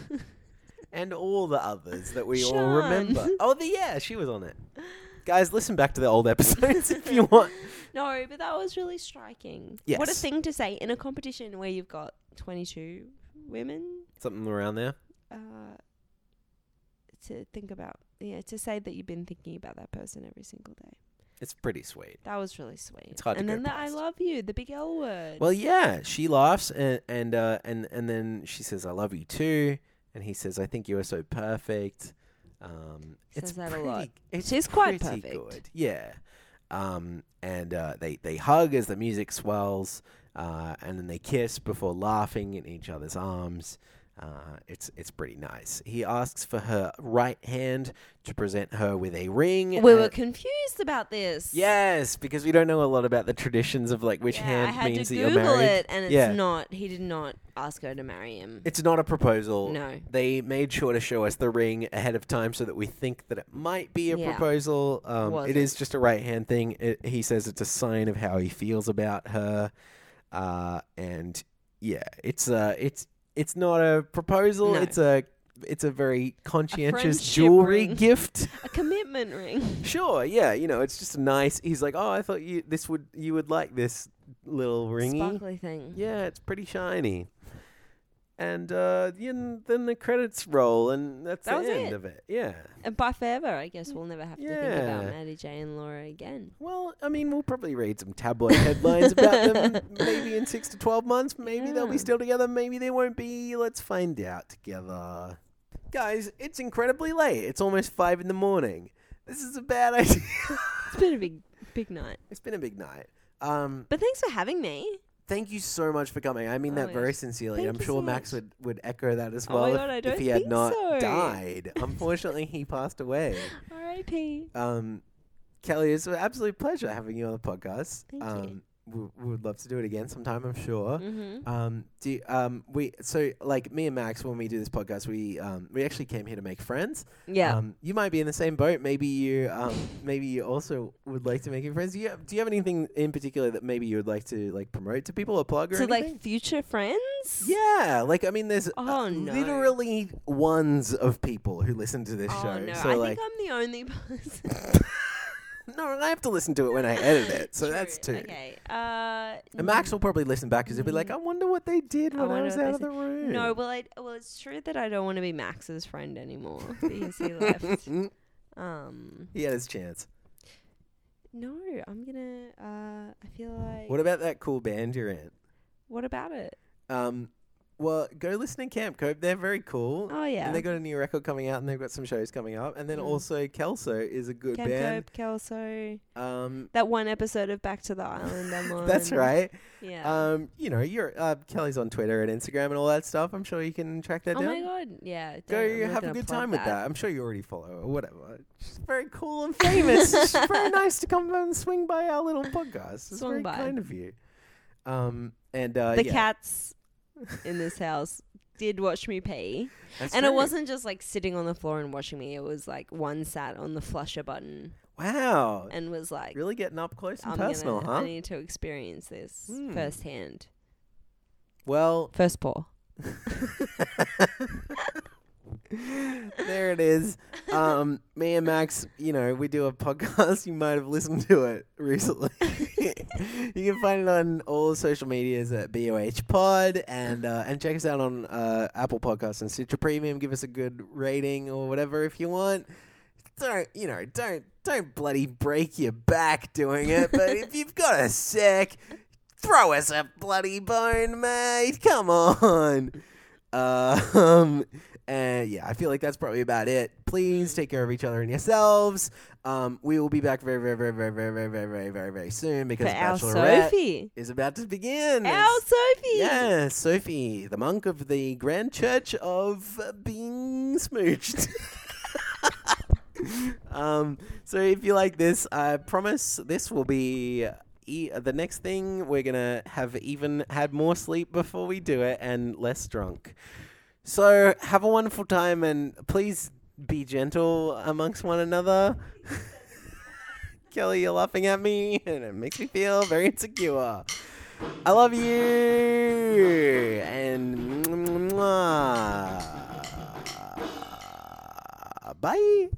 and all the others that we all
Sean. [LAUGHS]
remember. Oh, the, yeah, she was on it. Guys, listen back to the old episodes if you want.
[LAUGHS] No, but that was really striking. What a
Yes.
thing to say in a competition where you've got 22 women
Something around there.
uh, to think about. Yeah, to say that you've been thinking about that person every single day.
It's pretty sweet.
That was really sweet.
It's hard to
and
go
then the I
past.
love you, the big L word.
Well, yeah, she laughs and and uh, and and then she says, "I love you too," and he says, "I think you are so perfect." Um, it's
Says that a
pretty,
lot.
It's
She's quite
pretty
perfect.
Good. Yeah. Um, and uh, they they hug as the music swells, uh, and then they kiss before laughing in each other's arms. Uh, it's it's pretty nice. He asks for her right hand to present her with a ring.
we
and-
were confused about this.
Yes, because we don't know a lot about the traditions of like which
Yeah, I
hand
had
means
to
that you're
Google
married.
it, and it's
Yeah.
not. He did not ask her to marry him.
It's not a proposal.
No.
They made sure to show us the ring ahead of time so that we think that it might be a
Yeah.
proposal. Um, it
Wasn't.
is just a right hand thing. It, he says it's a sign of how he feels about her. Uh, and yeah, it's uh, it's it's not a proposal.
No.
It's a it's a very conscientious
friendship
jewelry
ring. [LAUGHS]
gift.
A commitment ring.
Sure, yeah, you know, it's just a nice. He's like, oh, I thought you this would you would like this little [LAUGHS] ringy.
Sparkly thing.
Yeah, it's pretty shiny. And uh, then then the credits roll, and that's
That
the
was
end
it.
of it. Yeah.
And by forever, I guess we'll never have to think about
Yeah.
Maddie J and Laura again.
Well, I mean, we'll probably read some [LAUGHS] tabloid headlines about them. Maybe in six to twelve months, maybe they'll be
Yeah.
still together. Maybe they won't be. Let's find out together. Guys, it's incredibly late. It's almost five in the morning. This is a bad [LAUGHS] idea.
It's been a big, big night.
it's been a big night. Um,
But thanks for having me.
thank you so much for coming. I mean
Oh
that
my
very
gosh.
sincerely.
Thank
I'm
you
sure
so
Max
much.
would, would echo that as
Oh my
well
God, I
if, if
don't
he had
think
not
so.
died. Unfortunately, he passed away.
R.I.P.
Um, Kelly, it's an absolute pleasure having you on the podcast.
Thank you.
um, We, we would love to do it again sometime, I'm sure.
Mm-hmm.
Um, do you- um, we so like me and Max when we do this podcast, we um, we actually came here to make friends.
Yeah.
Um, you might be in the same boat. Maybe you um, maybe you also would like to make your friends. Do you have, do you have anything in particular that maybe you would like to like promote to people or plug or
so,
anything?
like, future friends?
yeah, like I mean, there's uh,
Oh, no.
literally ones of people who listen to this
Oh,
show.
no.
so
I
like,
think I'm the only [LAUGHS] person.
no, and I have to listen to it when I edit it, so
[LAUGHS] True.
that's two.
Okay. Uh,
And Max will probably listen back because he'll be like, "I wonder what they did
I
when I,
wonder
was
what they
out of
said."
the room."
No, well, I well, it's true that I don't want to be Max's friend anymore because
[LAUGHS]
he left. Um,
he had his chance.
no, I'm gonna. Uh, I feel like.
What about that cool band you're in?
what about it?
Um, well, go listen to Camp Cope. They're very cool.
Oh yeah, Mm.
And they got a new record coming out, and they've got some shows coming up. And then also Kelso is a good
Camp
band.
Cope, Kelso.
Um,
That one episode of Back to the
[LAUGHS]
Island. I'm on.
that's right.
Yeah.
Um, you know, you're uh, Kelly's on Twitter and Instagram and all that stuff. I'm sure you can track that
oh
down.
my god. Yeah.
Go
don't- I'm not
have a
gonna
good
plug
time with that. I'm sure you already follow her, whatever. She's very cool
[LAUGHS]
and famous. It's very nice to come and swing by our little podcast. It's
Swung
very
by.
kind of you. Um, and uh,
The
yeah,
cats in this house did watch me pee.
that's
and it
true.
wasn't just like sitting on the floor and watching me. It was like one sat on the flusher button
Wow,
and was like,
really getting up close and
I'm
personal,
gonna,
huh?
I need to experience this
Hmm.
firsthand.
Well,
First paw.
[LAUGHS] there it is. Um, me and Max, you know, we do a podcast. You might have listened to it recently. [LAUGHS] you can find it on all social medias at BOH Pod and uh, and check us out on uh, Apple Podcasts and Stitcher Premium. Give us a good rating or whatever if you want. Don't you know? Don't don't bloody break your back doing it. But
[LAUGHS]
if you've got a sec, throw us a bloody bone, mate. Come on. Uh, um, and yeah, I feel like that's probably about it. Please take care of each other and yourselves. Um, we will be back very, very, very, very, very, very, very, very, very, very soon because
For our
Bachelorette
Sophie.
is about to begin.
Our
It's-
Sophie.
yeah, Sophie, the monk of the Grand Church of uh, being smooched. [LAUGHS] um, so if you like this, I promise this will be e- the next thing. We're gonna have even had more sleep before we do it and less drunk. So have a wonderful time and please be gentle amongst one another. [LAUGHS] Kelly, you're laughing at me and it makes me feel very insecure. I love you and mwah. bye.